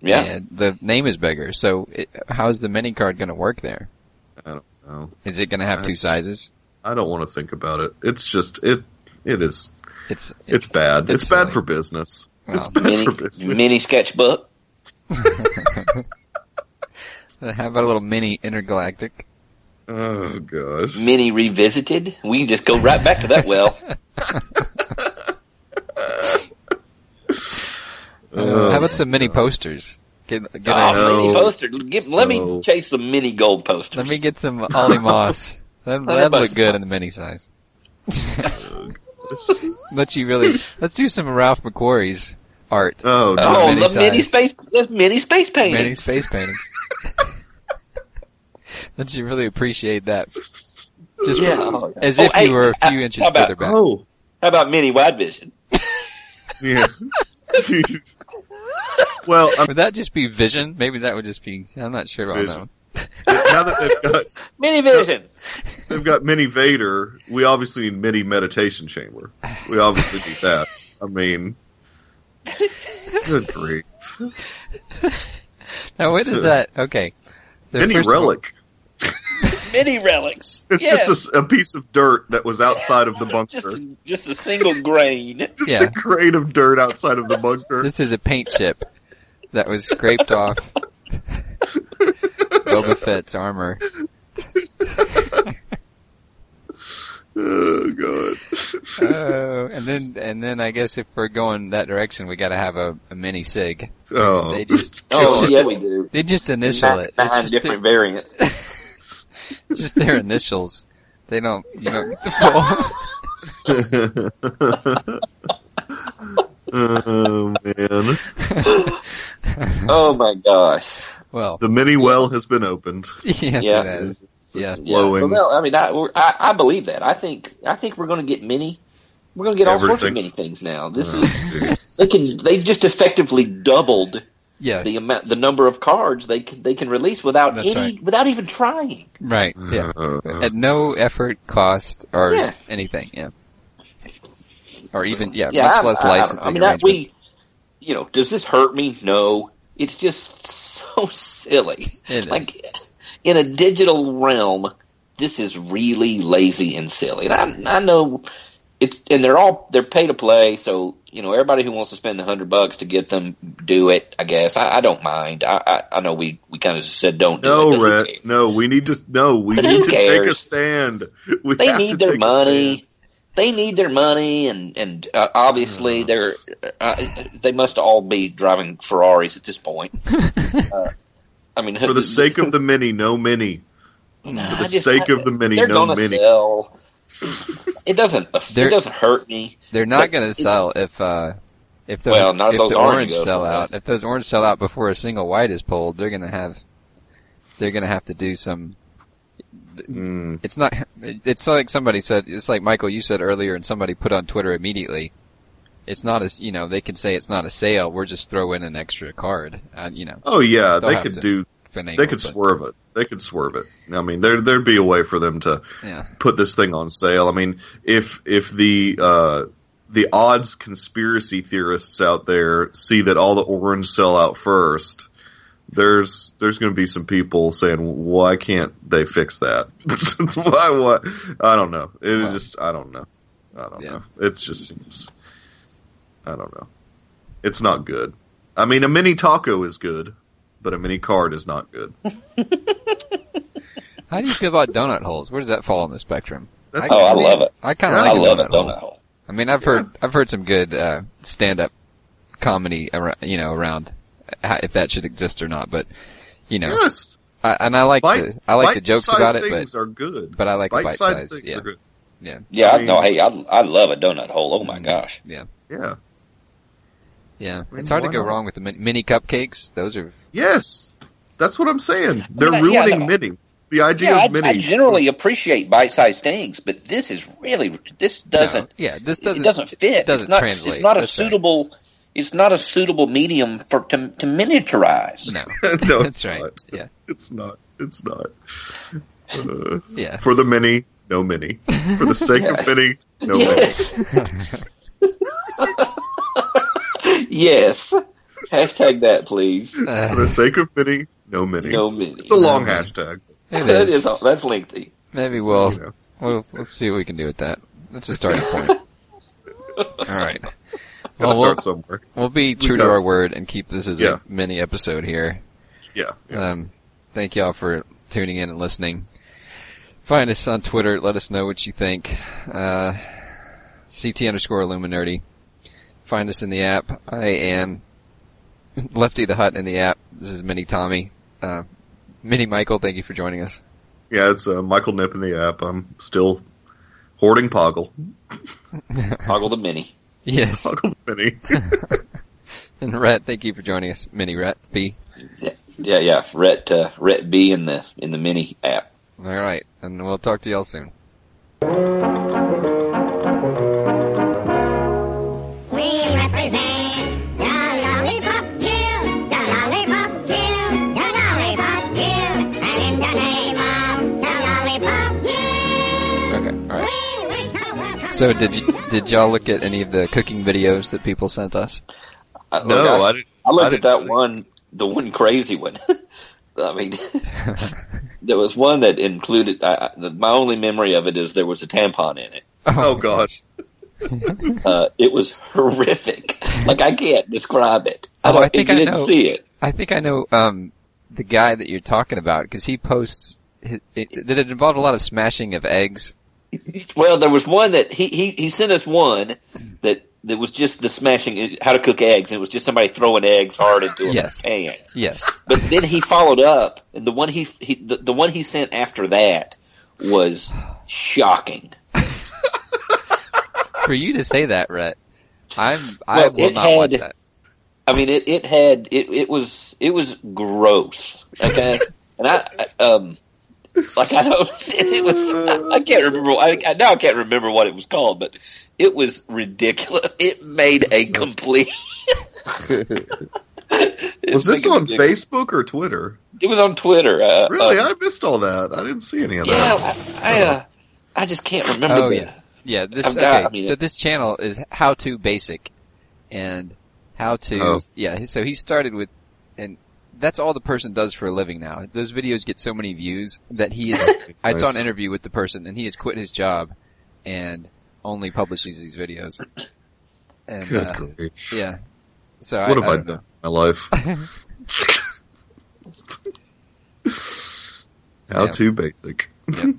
[SPEAKER 6] Yeah,
[SPEAKER 4] and the name is bigger. So it, how's the mini card going to work there?
[SPEAKER 5] no.
[SPEAKER 4] Is it going to have two sizes?
[SPEAKER 5] I don't want to think about it. It's just it. It is.
[SPEAKER 4] It's
[SPEAKER 5] It's bad.
[SPEAKER 4] It's
[SPEAKER 5] It's, bad
[SPEAKER 4] silly.
[SPEAKER 5] for business.
[SPEAKER 4] well,
[SPEAKER 5] It's bad
[SPEAKER 6] mini,
[SPEAKER 5] for business.
[SPEAKER 6] mini sketchbook.
[SPEAKER 4] how about a little mini intergalactic?
[SPEAKER 5] Oh gosh.
[SPEAKER 6] Mini revisited. We can just go right back to that well.
[SPEAKER 5] Oh,
[SPEAKER 4] how about some mini posters? Get, get
[SPEAKER 6] Ah,
[SPEAKER 4] a-
[SPEAKER 5] know.
[SPEAKER 6] mini poster. Get, let
[SPEAKER 5] No.
[SPEAKER 6] me chase the mini gold posters.
[SPEAKER 4] let me get some Ollie Moss. That
[SPEAKER 6] Let
[SPEAKER 4] that
[SPEAKER 6] me
[SPEAKER 4] look
[SPEAKER 6] post-
[SPEAKER 4] good in the mini size.
[SPEAKER 5] oh,
[SPEAKER 4] Let you really let's do some Ralph McQuarrie's art.
[SPEAKER 5] Oh,
[SPEAKER 4] Uh,
[SPEAKER 5] no.
[SPEAKER 6] oh,
[SPEAKER 4] mini
[SPEAKER 6] the mini
[SPEAKER 4] size.
[SPEAKER 6] space. The mini space painting.
[SPEAKER 4] Many space paintings. Let you really appreciate that. Just
[SPEAKER 6] Yeah. Oh, yeah.
[SPEAKER 4] as
[SPEAKER 6] Oh,
[SPEAKER 4] if
[SPEAKER 6] hey,
[SPEAKER 4] you were a few
[SPEAKER 6] how-
[SPEAKER 4] inches
[SPEAKER 6] how about-
[SPEAKER 4] further back.
[SPEAKER 5] oh,
[SPEAKER 6] How about mini wide vision?
[SPEAKER 5] yeah. well, I
[SPEAKER 4] Would that just be vision? Maybe that would just be. I'm not sure about that
[SPEAKER 5] Vision.
[SPEAKER 4] one.
[SPEAKER 5] now that they've got
[SPEAKER 6] Mini vision.
[SPEAKER 5] they've got mini Vader, we obviously need mini meditation chamber. We obviously need that. I mean, good grief.
[SPEAKER 4] Now, what is that? Okay. The
[SPEAKER 5] Mini
[SPEAKER 4] first one-
[SPEAKER 5] relic.
[SPEAKER 6] mini relics.
[SPEAKER 5] It's
[SPEAKER 6] Yes.
[SPEAKER 5] just a, s- a piece of dirt that was outside of the bunker.
[SPEAKER 6] Just
[SPEAKER 5] Just,
[SPEAKER 6] a, just a single grain.
[SPEAKER 4] yeah.
[SPEAKER 5] a grain of dirt outside of the bunker.
[SPEAKER 4] This is a paint chip that was scraped off Boba Fett's armor.
[SPEAKER 5] Oh god.
[SPEAKER 4] Oh, and then and then I guess if we're going that direction, we got to have a, a mini sig.
[SPEAKER 5] Oh,
[SPEAKER 4] They just-
[SPEAKER 5] God.
[SPEAKER 6] Oh yeah, we do.
[SPEAKER 4] They just initial it. It's
[SPEAKER 6] Nine
[SPEAKER 4] just
[SPEAKER 6] different variants.
[SPEAKER 4] just their initials. They don't, you don't get the full.
[SPEAKER 5] oh man.
[SPEAKER 6] Oh my gosh.
[SPEAKER 4] well,
[SPEAKER 5] The mini well has been opened.
[SPEAKER 4] yes, it
[SPEAKER 6] Yeah.
[SPEAKER 4] is.
[SPEAKER 5] It's
[SPEAKER 4] Yeah.
[SPEAKER 5] flowing.
[SPEAKER 6] So no, I mean, I, we're- I I believe that. I think I think we're going to get many. We're going to get all sorts of
[SPEAKER 5] Everything.
[SPEAKER 6] many things now. This
[SPEAKER 5] Oh,
[SPEAKER 6] is
[SPEAKER 5] dude.
[SPEAKER 6] they can they just effectively doubled
[SPEAKER 4] Yes.
[SPEAKER 6] the amount the number of cards they can they can release without
[SPEAKER 4] That's
[SPEAKER 6] any
[SPEAKER 4] right.
[SPEAKER 6] without even trying.
[SPEAKER 4] right. Yeah.
[SPEAKER 5] Uh,
[SPEAKER 4] At no effort, cost, or
[SPEAKER 6] Uh-huh. Yeah.
[SPEAKER 4] anything. Yeah. Or even yeah,
[SPEAKER 6] Yeah,
[SPEAKER 4] much
[SPEAKER 6] I-
[SPEAKER 4] less
[SPEAKER 6] I- I don't know.
[SPEAKER 4] licensing
[SPEAKER 6] I, mean, that
[SPEAKER 4] arrangements.
[SPEAKER 6] we you know, does this hurt me? No, it's just so silly.
[SPEAKER 4] It is.
[SPEAKER 6] like in a digital realm, this is really lazy and silly. And I, I know it's and they're all they're pay to play, so you know everybody who wants to spend the hundred bucks to get them do it. I guess I, I don't mind. I, I I know we we kind of said don't do
[SPEAKER 5] no,
[SPEAKER 6] it. but who cares?
[SPEAKER 5] Rhett. No, we need to. No, we
[SPEAKER 6] But
[SPEAKER 5] need
[SPEAKER 6] who
[SPEAKER 5] to take a
[SPEAKER 6] cares?
[SPEAKER 5] stand. We
[SPEAKER 6] they
[SPEAKER 5] have to
[SPEAKER 6] need their
[SPEAKER 5] take a
[SPEAKER 6] money. They need their money, and and uh, obviously they're uh, they must all be driving Ferraris at this point. Uh, I mean,
[SPEAKER 5] stand. For the sake of the mini, no mini. For the sake of the mini,
[SPEAKER 6] they're
[SPEAKER 5] no
[SPEAKER 6] gonna
[SPEAKER 5] mini.
[SPEAKER 6] sell. It doesn't.
[SPEAKER 4] They're-
[SPEAKER 6] It doesn't hurt me.
[SPEAKER 4] uh, They're not
[SPEAKER 6] But
[SPEAKER 4] going to
[SPEAKER 6] it-
[SPEAKER 4] sell if uh if those,
[SPEAKER 6] Well, not
[SPEAKER 4] if
[SPEAKER 6] those
[SPEAKER 4] the
[SPEAKER 6] orange
[SPEAKER 4] orange
[SPEAKER 6] goes
[SPEAKER 4] sell out.
[SPEAKER 6] someplace.
[SPEAKER 4] If those orange sell out before a single white is pulled, they're going to have they're going to have to do some
[SPEAKER 5] Mm.
[SPEAKER 4] it's not it's like somebody said it's like michael you said earlier and somebody put on twitter immediately it's not as you know they can say it's not a sale we're just throw in an extra card uh, you know
[SPEAKER 5] Oh yeah,
[SPEAKER 4] They'll
[SPEAKER 5] they
[SPEAKER 4] have
[SPEAKER 5] could
[SPEAKER 4] to.
[SPEAKER 5] do.
[SPEAKER 4] finagle,
[SPEAKER 5] They could
[SPEAKER 4] but-
[SPEAKER 5] swerve it. They could swerve it. I mean, there there'd be a way for them to
[SPEAKER 4] yeah
[SPEAKER 5] put this thing on sale. I mean, if if the uh, the odds conspiracy theorists out there see that all the orange sell out first, there's there's going to be some people saying, "Why can't they fix that? why? What? I don't know. It is
[SPEAKER 4] Wow.
[SPEAKER 5] just I don't know. I don't
[SPEAKER 4] Yeah.
[SPEAKER 5] know. It just seems. I don't know. It's not good. I mean, a mini taco is good, but a mini card is not good.
[SPEAKER 4] how do you feel about donut holes where does that fall on the spectrum
[SPEAKER 5] That's
[SPEAKER 6] Oh, I love it.
[SPEAKER 4] i kind of
[SPEAKER 5] Yeah,
[SPEAKER 4] like
[SPEAKER 6] I love
[SPEAKER 4] a donut
[SPEAKER 6] it.
[SPEAKER 4] hole
[SPEAKER 6] Donut hole.
[SPEAKER 4] i mean i've
[SPEAKER 5] Yeah.
[SPEAKER 4] heard i've heard some good uh stand-up comedy around, you know around uh, if that should exist or not but you know
[SPEAKER 5] yes.
[SPEAKER 4] I, and i like
[SPEAKER 5] Bite,
[SPEAKER 4] the i like the jokes
[SPEAKER 5] bite-sized
[SPEAKER 4] about it
[SPEAKER 5] things
[SPEAKER 4] but
[SPEAKER 5] are good.
[SPEAKER 4] but i like the bite
[SPEAKER 5] Bite-sized
[SPEAKER 4] size
[SPEAKER 5] things
[SPEAKER 4] yeah
[SPEAKER 5] are good.
[SPEAKER 6] Yeah,
[SPEAKER 5] I
[SPEAKER 6] I
[SPEAKER 5] mean-
[SPEAKER 6] no, hey, I I love a donut hole. Oh my
[SPEAKER 4] Mm.
[SPEAKER 6] gosh.
[SPEAKER 5] Yeah.
[SPEAKER 4] yeah
[SPEAKER 5] mean,
[SPEAKER 4] it's hard to
[SPEAKER 5] why
[SPEAKER 4] go
[SPEAKER 5] not?
[SPEAKER 4] wrong with the mini, mini cupcakes those are
[SPEAKER 5] Yes. That's what I'm saying. They're
[SPEAKER 6] I- yeah,
[SPEAKER 5] ruining
[SPEAKER 6] no.
[SPEAKER 5] mini. The idea
[SPEAKER 6] Yeah, I,
[SPEAKER 5] of mini.
[SPEAKER 6] I generally appreciate bite-sized things, but this is really this doesn't
[SPEAKER 4] No, yeah, this doesn't.
[SPEAKER 6] doesn't, it doesn't fit.
[SPEAKER 4] doesn't
[SPEAKER 6] it's not,
[SPEAKER 4] translate,
[SPEAKER 6] It's not a
[SPEAKER 4] that's right.
[SPEAKER 6] suitable. It's not a suitable medium for to, to miniaturize.
[SPEAKER 4] No,
[SPEAKER 5] no,
[SPEAKER 4] That's
[SPEAKER 5] it's
[SPEAKER 4] right.
[SPEAKER 5] not.
[SPEAKER 4] Yeah.
[SPEAKER 5] It's not. It's not. Uh,
[SPEAKER 4] yeah.
[SPEAKER 5] for the mini, no mini. For the sake of mini, no mini.
[SPEAKER 6] yes. yes. Hashtag that, please.
[SPEAKER 5] For the sake of mini, no mini.
[SPEAKER 6] No mini.
[SPEAKER 5] It's a long
[SPEAKER 4] mini.
[SPEAKER 5] hashtag.
[SPEAKER 4] it
[SPEAKER 6] that
[SPEAKER 4] is.
[SPEAKER 6] is all- that's lengthy.
[SPEAKER 4] Maybe
[SPEAKER 5] so,
[SPEAKER 4] we'll
[SPEAKER 5] you know.
[SPEAKER 4] Well, let's see what we can do with that. That's a starting point. All right.
[SPEAKER 5] Gotta
[SPEAKER 4] Well, we'll,
[SPEAKER 5] start somewhere.
[SPEAKER 4] we'll be true to
[SPEAKER 5] got-
[SPEAKER 4] our word and keep this as
[SPEAKER 5] Yeah.
[SPEAKER 4] a mini episode here.
[SPEAKER 5] Yeah. yeah.
[SPEAKER 4] Um, thank y'all for tuning in and listening. Find us on Twitter. Let us know what you think. Uh, CT underscore Illuminati. Find us in the app. I am Lefty the Hut in the app. This is Mini Tommy. Uh, Mini Michael, thank you for joining us.
[SPEAKER 5] yeah, it's uh, Michael Nip in the app. I'm still hoarding Poggle.
[SPEAKER 6] Hoggle the mini.
[SPEAKER 4] Yes.
[SPEAKER 5] Poggle mini.
[SPEAKER 4] And Rhett, thank you for joining us. Mini Rhett B.
[SPEAKER 6] Yeah, yeah. Rhett, uh, Rhett B in the in the mini app.
[SPEAKER 4] All right, and we'll talk to y'all soon.
[SPEAKER 7] We represent the Lollipop Guild, the Lollipop Guild, the Lollipop Guild, and in the name of the Lollipop Guild,
[SPEAKER 4] Okay, all right.
[SPEAKER 7] we wish to welcome.
[SPEAKER 4] So did you, did y'all look at any of the cooking videos that people sent us?
[SPEAKER 6] I,
[SPEAKER 5] No,
[SPEAKER 6] look, I,
[SPEAKER 5] I didn't-
[SPEAKER 6] I looked
[SPEAKER 5] I
[SPEAKER 6] at
[SPEAKER 5] didn't
[SPEAKER 6] that
[SPEAKER 5] see-
[SPEAKER 6] one, the one crazy one. I mean, there was one that included. I, I, the, my only memory of it is there was a tampon in it.
[SPEAKER 5] oh, God.
[SPEAKER 4] Mm-hmm.
[SPEAKER 6] Uh, it was horrific. Like I can't describe it.
[SPEAKER 4] Oh,
[SPEAKER 6] I, don't,
[SPEAKER 4] I think
[SPEAKER 6] you
[SPEAKER 4] I
[SPEAKER 6] didn't
[SPEAKER 4] know.
[SPEAKER 6] see it.
[SPEAKER 4] I think I know um the guy that you're talking about because he posts. His, it, that it involved a lot of smashing of eggs.
[SPEAKER 6] Well, there was one that he, he, he sent us one that that was just the smashing how to cook eggs, and it was just somebody throwing eggs hard into a
[SPEAKER 4] Yes.
[SPEAKER 6] pan.
[SPEAKER 4] Yes.
[SPEAKER 6] But then he followed up, and the one he, he the, the one he sent after that was shocking.
[SPEAKER 4] For you to say that, Rhett, I'm I
[SPEAKER 6] Well,
[SPEAKER 4] will
[SPEAKER 6] it
[SPEAKER 4] not watch
[SPEAKER 6] had-
[SPEAKER 4] that.
[SPEAKER 6] I mean, it, it had it, it was it was gross. Okay, and I, I um like I don't it was I can't remember I, I now I can't remember what it was called, but it was ridiculous. It made a complete.
[SPEAKER 5] Was this on Facebook or Twitter?
[SPEAKER 6] It was on Twitter. Uh,
[SPEAKER 5] Really?
[SPEAKER 6] um,
[SPEAKER 5] I missed all that. I didn't see any of
[SPEAKER 6] yeah,
[SPEAKER 5] that.
[SPEAKER 6] I, I, uh, I just can't remember.
[SPEAKER 4] Oh,
[SPEAKER 6] the-
[SPEAKER 4] yeah. Yeah. This
[SPEAKER 6] I've got-
[SPEAKER 4] okay.
[SPEAKER 6] I mean,
[SPEAKER 4] so
[SPEAKER 6] it-
[SPEAKER 4] this channel is how to basic, and how to
[SPEAKER 5] Oh.
[SPEAKER 4] yeah. So he started with, and that's all the person does for a living now. Those videos get so many views that he is. I saw an
[SPEAKER 5] Nice.
[SPEAKER 4] interview with the person, and he has quit his job, and only publishes these videos. And
[SPEAKER 5] Good
[SPEAKER 4] uh,
[SPEAKER 5] grief.
[SPEAKER 4] yeah. So
[SPEAKER 5] What
[SPEAKER 4] I,
[SPEAKER 5] have I,
[SPEAKER 4] don't
[SPEAKER 5] done in my life? How
[SPEAKER 4] Yeah.
[SPEAKER 5] to basic.
[SPEAKER 4] know.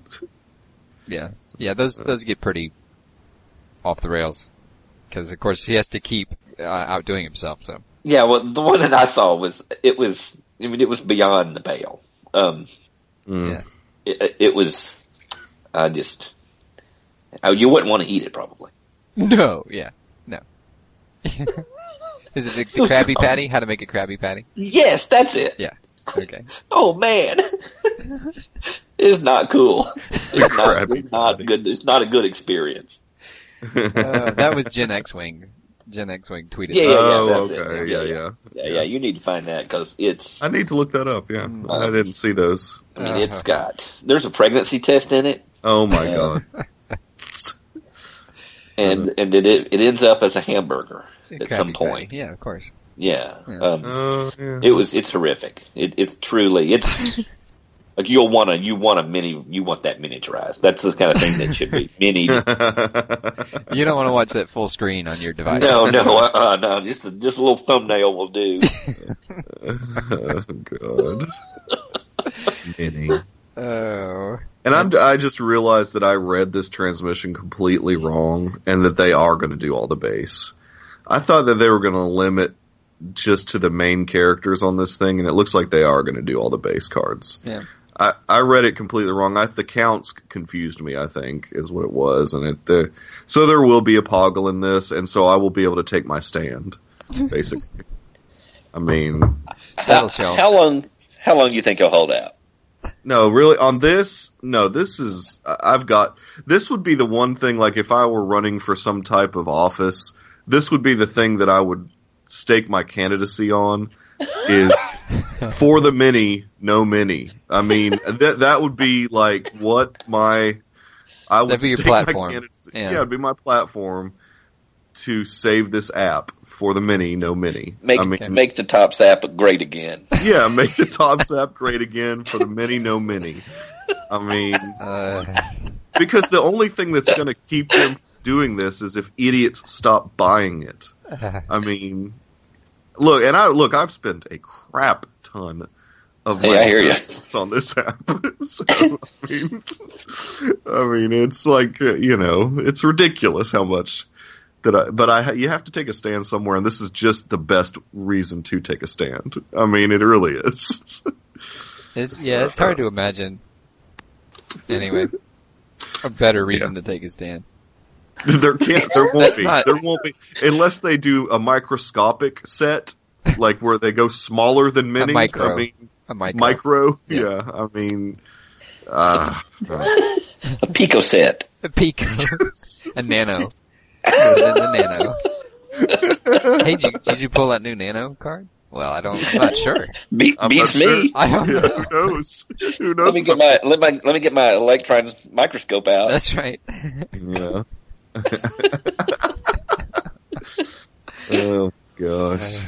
[SPEAKER 4] Yeah. Yeah. Those those get pretty off the rails because of course he has to keep uh, outdoing himself. So
[SPEAKER 6] Yeah, well, the one that I saw was it was. I mean, it was beyond the pale. Um,
[SPEAKER 5] Mm.
[SPEAKER 4] yeah.
[SPEAKER 6] it, it was. I just. Oh, you wouldn't want to eat it, probably.
[SPEAKER 4] No, yeah, no. Is it the, the Krabby Patty? How to make a Krabby Patty?
[SPEAKER 6] Yes, that's it.
[SPEAKER 4] Yeah. Okay.
[SPEAKER 6] Oh man, it's not cool. It's not,
[SPEAKER 5] Krabby
[SPEAKER 6] it's not
[SPEAKER 5] Patty.
[SPEAKER 6] good. It's not a good experience.
[SPEAKER 4] Uh, that was Gen X Wing. Gen X Wing tweeted.
[SPEAKER 6] Yeah, yeah,
[SPEAKER 5] oh,
[SPEAKER 6] that's it.
[SPEAKER 5] okay.
[SPEAKER 6] Yeah,
[SPEAKER 5] Yeah, yeah,
[SPEAKER 6] yeah. Yeah, yeah. You need to find that because it's.
[SPEAKER 5] I need to look that up. Yeah,
[SPEAKER 4] Mm.
[SPEAKER 5] I didn't see those.
[SPEAKER 6] I mean,
[SPEAKER 4] Uh-huh.
[SPEAKER 6] it's got. There's a pregnancy test in it,
[SPEAKER 5] Oh my god.
[SPEAKER 6] and and it it ends up as a hamburger
[SPEAKER 4] Krabby
[SPEAKER 6] at some point.
[SPEAKER 4] Patty. Yeah, of course.
[SPEAKER 6] Yeah.
[SPEAKER 4] Yeah.
[SPEAKER 6] Um,
[SPEAKER 5] Oh yeah.
[SPEAKER 6] It was. It's horrific. It, it's truly. It's like you'll want to. You want a mini. You want that miniaturized. That's the kind of thing that should be mini. no,
[SPEAKER 4] You don't want to watch that full screen on your device.
[SPEAKER 6] no, uh, uh, no. Just a, just a little thumbnail will do.
[SPEAKER 5] oh god. Mini.
[SPEAKER 4] Oh.
[SPEAKER 5] And I'm, I just realized that I read this transmission completely wrong, and that they are going to do all the base. I thought that they were going to limit just to the main characters on this thing, and it looks like they are going to do all the base cards.
[SPEAKER 4] Yeah.
[SPEAKER 5] I, I read it completely wrong. I, the counts confused me. I think is what it was, and it the, so there will be a poggle in this, and so I will be able to take my stand. Basically, I mean,
[SPEAKER 4] That'll
[SPEAKER 6] How,
[SPEAKER 4] show.
[SPEAKER 6] how long? How long do you think you'll hold out?
[SPEAKER 5] No, really, on this, no, this is, I- I've got, this would be the one thing, like, if I were running for some type of office, this would be the thing that I would stake my candidacy on is for the many, no many. I mean, that, that would be, like, what my, I would
[SPEAKER 4] That'd be your
[SPEAKER 5] stake my
[SPEAKER 4] platform.
[SPEAKER 5] candidacy-
[SPEAKER 4] Yeah.
[SPEAKER 5] it'd be my platform to save this app for the many, no many.
[SPEAKER 6] Make
[SPEAKER 5] I mean,
[SPEAKER 6] make the Tops app great again.
[SPEAKER 5] yeah, make the Tom's app great again for the many, no many. I mean,
[SPEAKER 4] Uh,
[SPEAKER 5] because the only thing that's going to keep them doing this is if idiots stop buying it. I mean, look, and I look, I've spent a crap ton of
[SPEAKER 6] Hey,
[SPEAKER 5] money
[SPEAKER 6] I hear ya.
[SPEAKER 5] on this app. so, I mean, I mean, it's like uh, you know, it's ridiculous how much that I. But I, you have to take a stand somewhere, and this is just the best reason to take a stand. I mean, it really is.
[SPEAKER 4] it's, yeah, it's hard to imagine. Anyway, a better reason to take a stand.
[SPEAKER 5] There can't. There won't
[SPEAKER 4] That's
[SPEAKER 5] be.
[SPEAKER 4] not-
[SPEAKER 5] There won't be unless they do a microscopic set, like where they go smaller than many.
[SPEAKER 4] micro.
[SPEAKER 5] I mean,
[SPEAKER 4] A micro.
[SPEAKER 5] micro.
[SPEAKER 4] Yeah.
[SPEAKER 5] Yeah. I mean, uh,
[SPEAKER 6] A Pico set.
[SPEAKER 4] A pico. a nano. the nano. Hey, did you, did you pull that new nano card? Well, I don't. I'm not sure.
[SPEAKER 6] Be-
[SPEAKER 5] I'm
[SPEAKER 6] beats
[SPEAKER 5] not
[SPEAKER 6] me.
[SPEAKER 5] sure.
[SPEAKER 4] I don't
[SPEAKER 5] yeah,
[SPEAKER 4] know.
[SPEAKER 5] who knows? Who knows?
[SPEAKER 6] Let me get my let my let me get my electron microscope out.
[SPEAKER 4] That's right.
[SPEAKER 5] Yeah. oh gosh.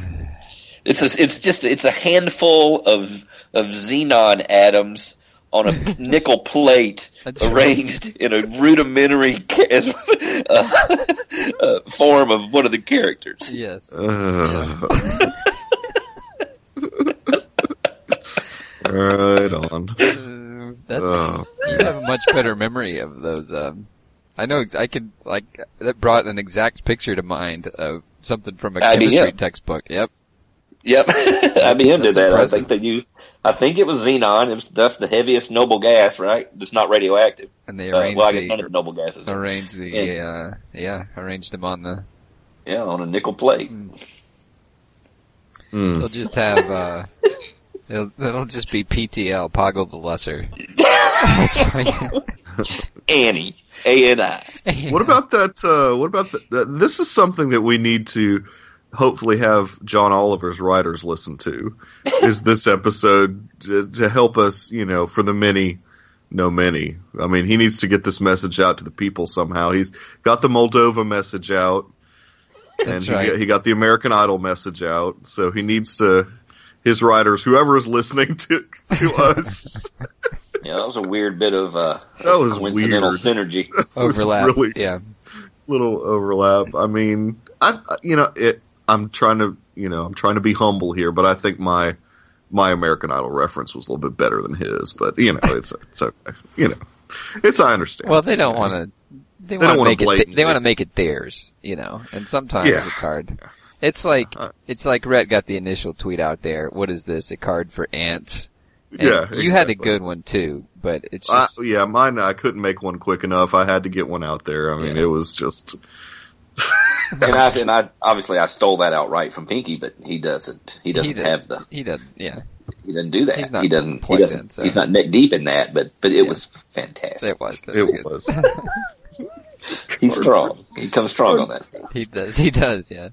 [SPEAKER 6] It's a, it's just it's a handful of of xenon atoms on a nickel plate
[SPEAKER 4] That's
[SPEAKER 6] arranged in a rudimentary ca- as- uh, uh, form of one of the characters.
[SPEAKER 4] Yes.
[SPEAKER 5] Ugh. right on.
[SPEAKER 4] Uh, that's
[SPEAKER 5] Oh,
[SPEAKER 4] you have a much better memory of those. Um, I know. Ex- I could like that brought an exact picture to mind of something from a
[SPEAKER 6] IBM.
[SPEAKER 4] chemistry textbook. Yep.
[SPEAKER 6] Yep, IBM
[SPEAKER 4] that's
[SPEAKER 6] did that. I
[SPEAKER 4] impressive.
[SPEAKER 6] think they used. I think it was xenon. It was, that's the heaviest noble gas, right? That's not radioactive.
[SPEAKER 4] And they
[SPEAKER 6] Uh,
[SPEAKER 4] arranged
[SPEAKER 6] well, I guess none of
[SPEAKER 4] the
[SPEAKER 6] the noble gases. are.
[SPEAKER 4] arranged the
[SPEAKER 6] Yeah.
[SPEAKER 4] uh, yeah arranged them on the.
[SPEAKER 6] Yeah, on a nickel plate.
[SPEAKER 5] Hmm.
[SPEAKER 4] They'll just have uh, it'll, it'll just be PTL Poggle the Lesser.
[SPEAKER 6] Annie, A N I.
[SPEAKER 5] What about that? Uh, what about that? that- This is something that we need to hopefully have John Oliver's writers listen to. Is this episode to, to help us? You know, for the many, no many. I mean, he needs to get this message out to the people somehow. He's got the Moldova message out, and
[SPEAKER 4] That's
[SPEAKER 5] he,
[SPEAKER 4] right.
[SPEAKER 5] he got the American Idol message out. So he needs to. His writers, whoever is listening to to us,
[SPEAKER 6] Yeah, that was a weird bit of uh,
[SPEAKER 5] That was
[SPEAKER 6] coincidental
[SPEAKER 5] weird.
[SPEAKER 6] synergy.
[SPEAKER 5] was
[SPEAKER 4] overlap?
[SPEAKER 5] really-
[SPEAKER 4] Yeah.
[SPEAKER 5] little overlap. I mean, I I- you know it. I'm trying to you know I'm trying to be humble here, but I think my my American Idol reference was a little bit better than his. But you know it's it's okay. You know it's I understand.
[SPEAKER 4] Well, they don't want to. They,
[SPEAKER 5] don't
[SPEAKER 4] want to
[SPEAKER 5] wanna
[SPEAKER 4] make it. They,
[SPEAKER 5] blatantly-
[SPEAKER 4] want to make it theirs, you know. And sometimes
[SPEAKER 5] Yeah.
[SPEAKER 4] it's hard. It's like
[SPEAKER 5] Uh-huh.
[SPEAKER 4] it's like Rhett got the initial tweet out there. What is this? A card for ants? And
[SPEAKER 5] yeah,
[SPEAKER 4] you had a
[SPEAKER 5] exactly. Uh,
[SPEAKER 4] good one too, but it's
[SPEAKER 5] I,
[SPEAKER 4] just
[SPEAKER 5] yeah, mine. I couldn't make one quick enough. I had to get one out there. I mean,
[SPEAKER 4] Yeah.
[SPEAKER 5] it was just
[SPEAKER 6] and I and I obviously I stole that outright from Pinky, but he doesn't. He doesn't
[SPEAKER 4] didn't.
[SPEAKER 6] have the.
[SPEAKER 4] he doesn't. Yeah,
[SPEAKER 6] He doesn't do that.
[SPEAKER 4] He's not
[SPEAKER 6] he doesn't. He
[SPEAKER 4] plugged
[SPEAKER 6] doesn't.
[SPEAKER 4] in, so-
[SPEAKER 6] He's not neck deep in that. But but it
[SPEAKER 4] Yeah.
[SPEAKER 6] was fantastic.
[SPEAKER 4] it was. That
[SPEAKER 5] it
[SPEAKER 4] good.
[SPEAKER 5] was.
[SPEAKER 6] He's strong. He comes strong on that. stuff.
[SPEAKER 4] He does. He does. Yeah.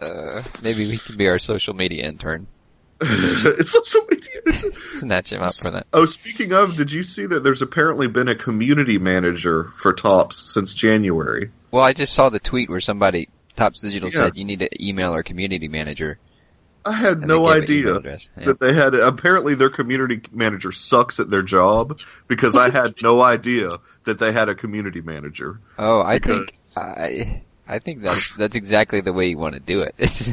[SPEAKER 4] Uh, maybe we can be our social media intern.
[SPEAKER 5] it's social media.
[SPEAKER 4] Snatch him up for that.
[SPEAKER 5] Oh, speaking of, did you see that there's apparently been a community manager for Tops since January?
[SPEAKER 4] Well, I just saw the tweet where somebody Tops Digital
[SPEAKER 5] Yeah.
[SPEAKER 4] said you need to email our community manager.
[SPEAKER 5] I had
[SPEAKER 4] and
[SPEAKER 5] no
[SPEAKER 4] they gave an email
[SPEAKER 5] idea.
[SPEAKER 4] address. Yeah.
[SPEAKER 5] that they had. Apparently, their community manager sucks at their job because I had no idea that they had a community manager.
[SPEAKER 4] Oh, I
[SPEAKER 5] Because-
[SPEAKER 4] think I I think that's that's exactly the way you want to do it. It's,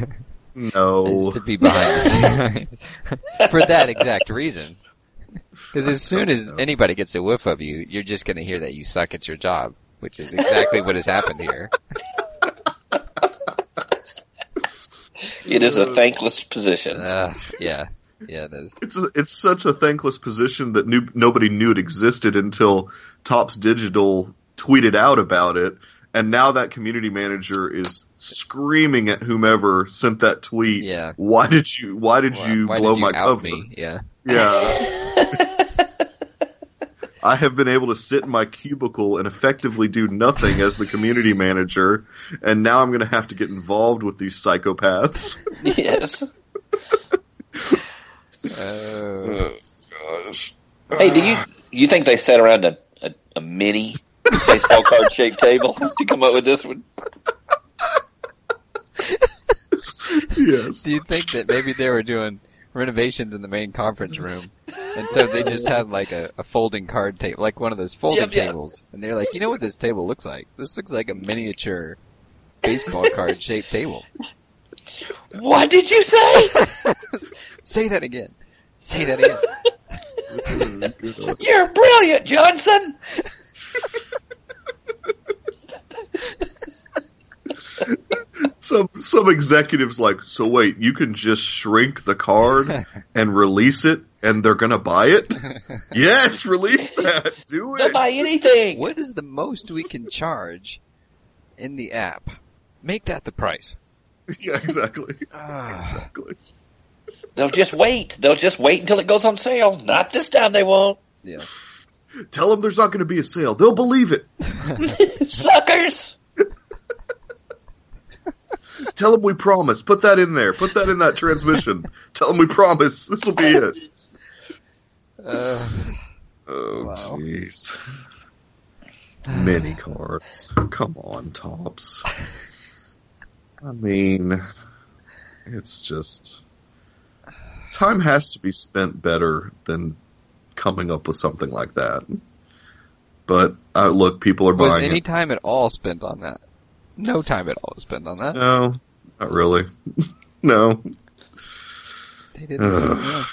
[SPEAKER 5] No, Oh.
[SPEAKER 4] it's to be behind the scenes for that exact reason. Because as soon as anybody gets a whiff of you, you're just going to hear that you suck at your job, which is exactly what has happened here.
[SPEAKER 6] It is a thankless position.
[SPEAKER 4] Uh, yeah, yeah, it is.
[SPEAKER 5] it's it's such a thankless position that knew, nobody knew it existed until Tops Digital tweeted out about it, and now that community manager is screaming at whomever sent that tweet.
[SPEAKER 4] Yeah.
[SPEAKER 5] Why did you? Why did
[SPEAKER 4] Why-
[SPEAKER 5] you
[SPEAKER 4] why
[SPEAKER 5] blow
[SPEAKER 4] did you
[SPEAKER 5] my
[SPEAKER 4] out
[SPEAKER 5] cover?
[SPEAKER 4] me? Yeah,
[SPEAKER 5] Yeah. I have been able to sit in my cubicle and effectively do nothing as the community manager, and now I'm going to have to get involved with these psychopaths.
[SPEAKER 6] yes.
[SPEAKER 4] Uh,
[SPEAKER 6] Hey, do you you think they sat around a, a, a mini baseball card shaped table to come up with this one?
[SPEAKER 5] yes.
[SPEAKER 4] do you think that maybe they were doing renovations in the main conference room, and so they just had like a, a folding card table, like one of those folding
[SPEAKER 6] Yep, yep.
[SPEAKER 4] tables, and they're like, you know what this table looks like? This looks like a miniature baseball card shaped table.
[SPEAKER 6] What did you say?
[SPEAKER 4] Say that again. Say that again.
[SPEAKER 6] You're brilliant, Johnson.
[SPEAKER 5] Some some executives like, so wait, you can just shrink the card and release it and they're gonna buy it? yes, release that. Do
[SPEAKER 6] They'll
[SPEAKER 5] it.
[SPEAKER 6] buy anything.
[SPEAKER 4] What is the most we can charge in the app? Make that the price.
[SPEAKER 5] Yeah, exactly.
[SPEAKER 4] Ah.
[SPEAKER 5] Exactly.
[SPEAKER 6] They'll just wait. They'll just wait until it goes on sale. Not this time. They won't.
[SPEAKER 4] Yeah.
[SPEAKER 5] Tell them there's not going to be a sale. They'll believe it.
[SPEAKER 6] Suckers.
[SPEAKER 5] Tell them we promise. Put that in there. Put that in that transmission. Tell them we promise. This will be it.
[SPEAKER 4] Uh,
[SPEAKER 5] Oh,
[SPEAKER 4] Wow.
[SPEAKER 5] jeez. Mini cards. Come on, tops. I mean, it's just time has to be spent better than coming up with something like that. But uh, look, people are
[SPEAKER 4] was
[SPEAKER 5] buying
[SPEAKER 4] any
[SPEAKER 5] it.
[SPEAKER 4] time at all spent on that? No time at all was spent on that.
[SPEAKER 5] No, not really. no.
[SPEAKER 4] They didn't. yeah.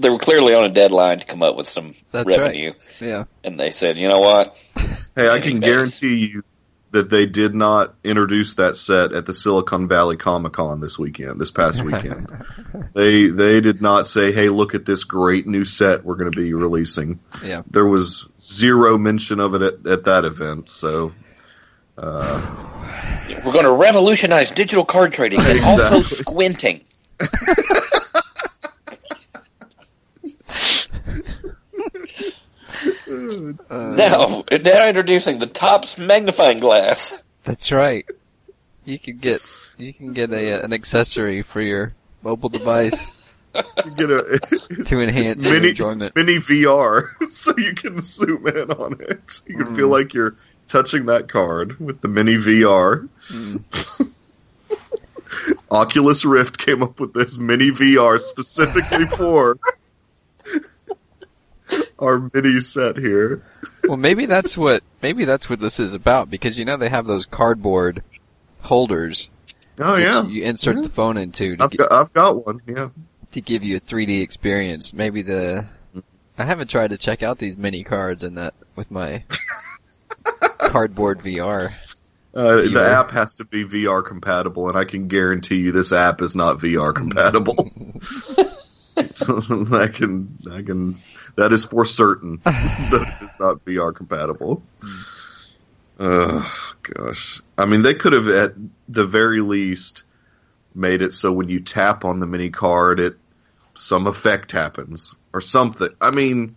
[SPEAKER 6] They were clearly on a deadline to come up with some
[SPEAKER 4] That's right.
[SPEAKER 6] revenue,
[SPEAKER 4] Yeah.
[SPEAKER 6] and they said, "You know what?
[SPEAKER 5] Hey, I
[SPEAKER 6] Any
[SPEAKER 5] can
[SPEAKER 6] case.
[SPEAKER 5] guarantee you that they did not introduce that set at the Silicon Valley Comic Con this weekend, this past weekend. they they did not say, "Hey, look at this great new set we're going to be releasing."
[SPEAKER 4] Yeah.
[SPEAKER 5] There was zero mention of it at, at that event, so
[SPEAKER 6] We're going to revolutionize digital card trading and also
[SPEAKER 5] Exactly.
[SPEAKER 6] squinting."
[SPEAKER 4] Uh, Mm-hmm.
[SPEAKER 6] Now, now introducing the Topps magnifying glass.
[SPEAKER 4] That's right. You can get you can get a, uh, an accessory for your mobile device
[SPEAKER 5] you get a
[SPEAKER 4] to enhance your
[SPEAKER 5] mini
[SPEAKER 4] enjoyment.
[SPEAKER 5] mini VR, so you can zoom in on it. You can feel like you're touching that card with the mini VR. Oculus Rift came up with this mini VR specifically for our mini set here.
[SPEAKER 4] Well, maybe that's what maybe that's what this is about because you know they have those cardboard holders
[SPEAKER 5] Oh
[SPEAKER 4] which
[SPEAKER 5] yeah,
[SPEAKER 4] you insert the phone into to,
[SPEAKER 5] I've
[SPEAKER 4] gi-
[SPEAKER 5] got, I've got one. Yeah,
[SPEAKER 4] to give you a 3D experience. Maybe the I haven't tried to check out these mini cards in that with my cardboard VR.
[SPEAKER 5] uh, the
[SPEAKER 4] VR.
[SPEAKER 5] app has to be VR compatible, and I can guarantee you this app is not VR compatible. I can, I can. That is for certain that it is not VR compatible. Oh gosh! I mean, they could have at the very least made it so when you tap on the mini card, it some effect happens or something. I mean,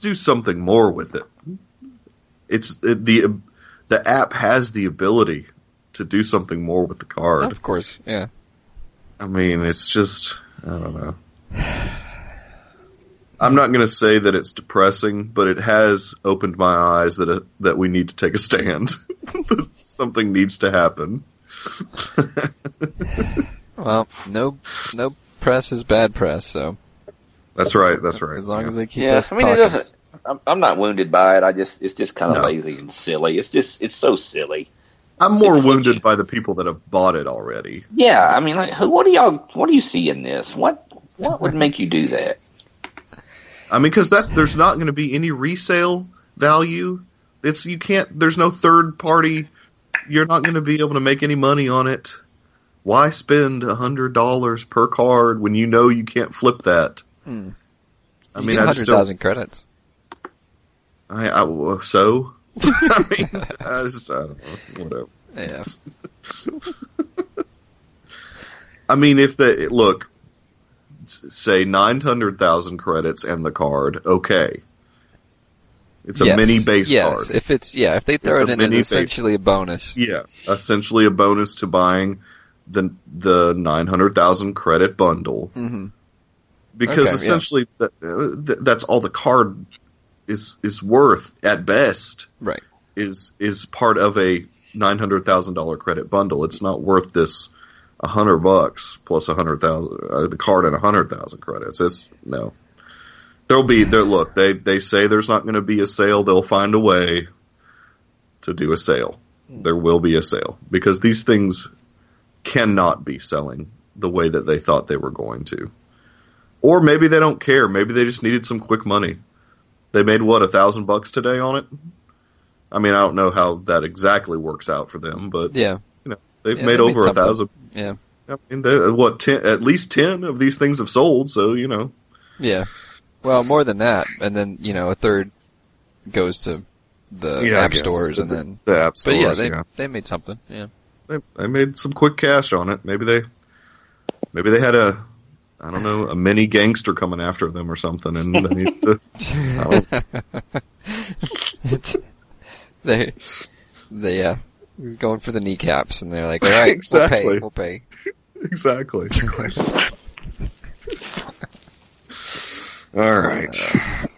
[SPEAKER 5] do something more with it. It's it, the the app has the ability to do something more with the card.
[SPEAKER 4] Of course, yeah.
[SPEAKER 5] I mean, it's just I don't know. I'm not going to say that it's depressing, but it has opened my eyes that it, that we need to take a stand. Something needs to happen.
[SPEAKER 4] Well, no no press is bad press, so
[SPEAKER 5] That's right. That's right.
[SPEAKER 4] as long
[SPEAKER 5] yeah.
[SPEAKER 4] as they keep
[SPEAKER 6] Yeah,
[SPEAKER 4] us
[SPEAKER 6] I mean, it
[SPEAKER 4] talking.
[SPEAKER 6] doesn't. I'm, I'm not wounded by it. I just, it's just kind of
[SPEAKER 5] No.
[SPEAKER 6] lazy and silly. It's just, it's so silly.
[SPEAKER 5] I'm more
[SPEAKER 6] It's-
[SPEAKER 5] wounded by the people that have bought it already.
[SPEAKER 6] Yeah, I mean, like, who, what do y'all, what do you see in this? What, what would make you do that?
[SPEAKER 5] I mean, because that's there's not going to be any resale value. It's you can't. There's no third party. You're not going to be able to make any money on it. Why spend a hundred dollars per card when you know you can't flip that?
[SPEAKER 4] Hmm.
[SPEAKER 5] I
[SPEAKER 4] You
[SPEAKER 5] mean,
[SPEAKER 4] get
[SPEAKER 5] I just don't.
[SPEAKER 4] 100,000 credits.
[SPEAKER 5] I, I well, so. I mean, I just I don't know. Whatever.
[SPEAKER 4] Yeah.
[SPEAKER 5] I mean, if they look, s- say nine hundred thousand credits and the card, okay. It's a
[SPEAKER 4] Yes.
[SPEAKER 5] mini base
[SPEAKER 4] yes.
[SPEAKER 5] card.
[SPEAKER 4] If it's yeah, if they throw it
[SPEAKER 5] It's a
[SPEAKER 4] in as
[SPEAKER 5] mini base.
[SPEAKER 4] essentially a bonus.
[SPEAKER 5] yeah, essentially a bonus to buying the the nine hundred thousand credit bundle
[SPEAKER 4] hmm
[SPEAKER 5] because
[SPEAKER 4] Okay, yeah.
[SPEAKER 5] essentially that uh, th- that's all the card is is worth at best
[SPEAKER 4] Right.
[SPEAKER 5] is is part of a nine hundred thousand dollar credit bundle. It's not worth this a hundred bucks plus a hundred thousand uh, the card and a hundred thousand credits. It's no. There'll be there. Look, they they say there's not going to be a sale. They'll find a way to do a sale. There will be a sale because these things cannot be selling the way that they thought they were going to. Or maybe they don't care. Maybe they just needed some quick money. They made what a thousand bucks today on it. I mean, I don't know how that exactly works out for them, but
[SPEAKER 4] Yeah.
[SPEAKER 5] they've
[SPEAKER 4] yeah,
[SPEAKER 5] made
[SPEAKER 4] they made
[SPEAKER 5] over a
[SPEAKER 4] something.
[SPEAKER 5] thousand.
[SPEAKER 4] Yeah.
[SPEAKER 5] I mean, they, what ten? At least ten of these things have sold. So you know,
[SPEAKER 4] Yeah. Well, more than that, and then you know a third goes to the
[SPEAKER 5] Yeah, I
[SPEAKER 4] app
[SPEAKER 5] guess.
[SPEAKER 4] stores,
[SPEAKER 5] The-
[SPEAKER 4] and then
[SPEAKER 5] the app
[SPEAKER 4] but
[SPEAKER 5] stores.
[SPEAKER 4] yeah, they
[SPEAKER 5] yeah.
[SPEAKER 4] they made something. Yeah.
[SPEAKER 5] They, they made some quick cash on it. Maybe they, maybe they had a, I don't know, a mini gangster coming after them or something, and they need to, I don't-
[SPEAKER 4] It's- they they yeah going for the kneecaps, and they're like, all right,
[SPEAKER 5] Exactly.
[SPEAKER 4] we'll pay,
[SPEAKER 5] exactly. All right.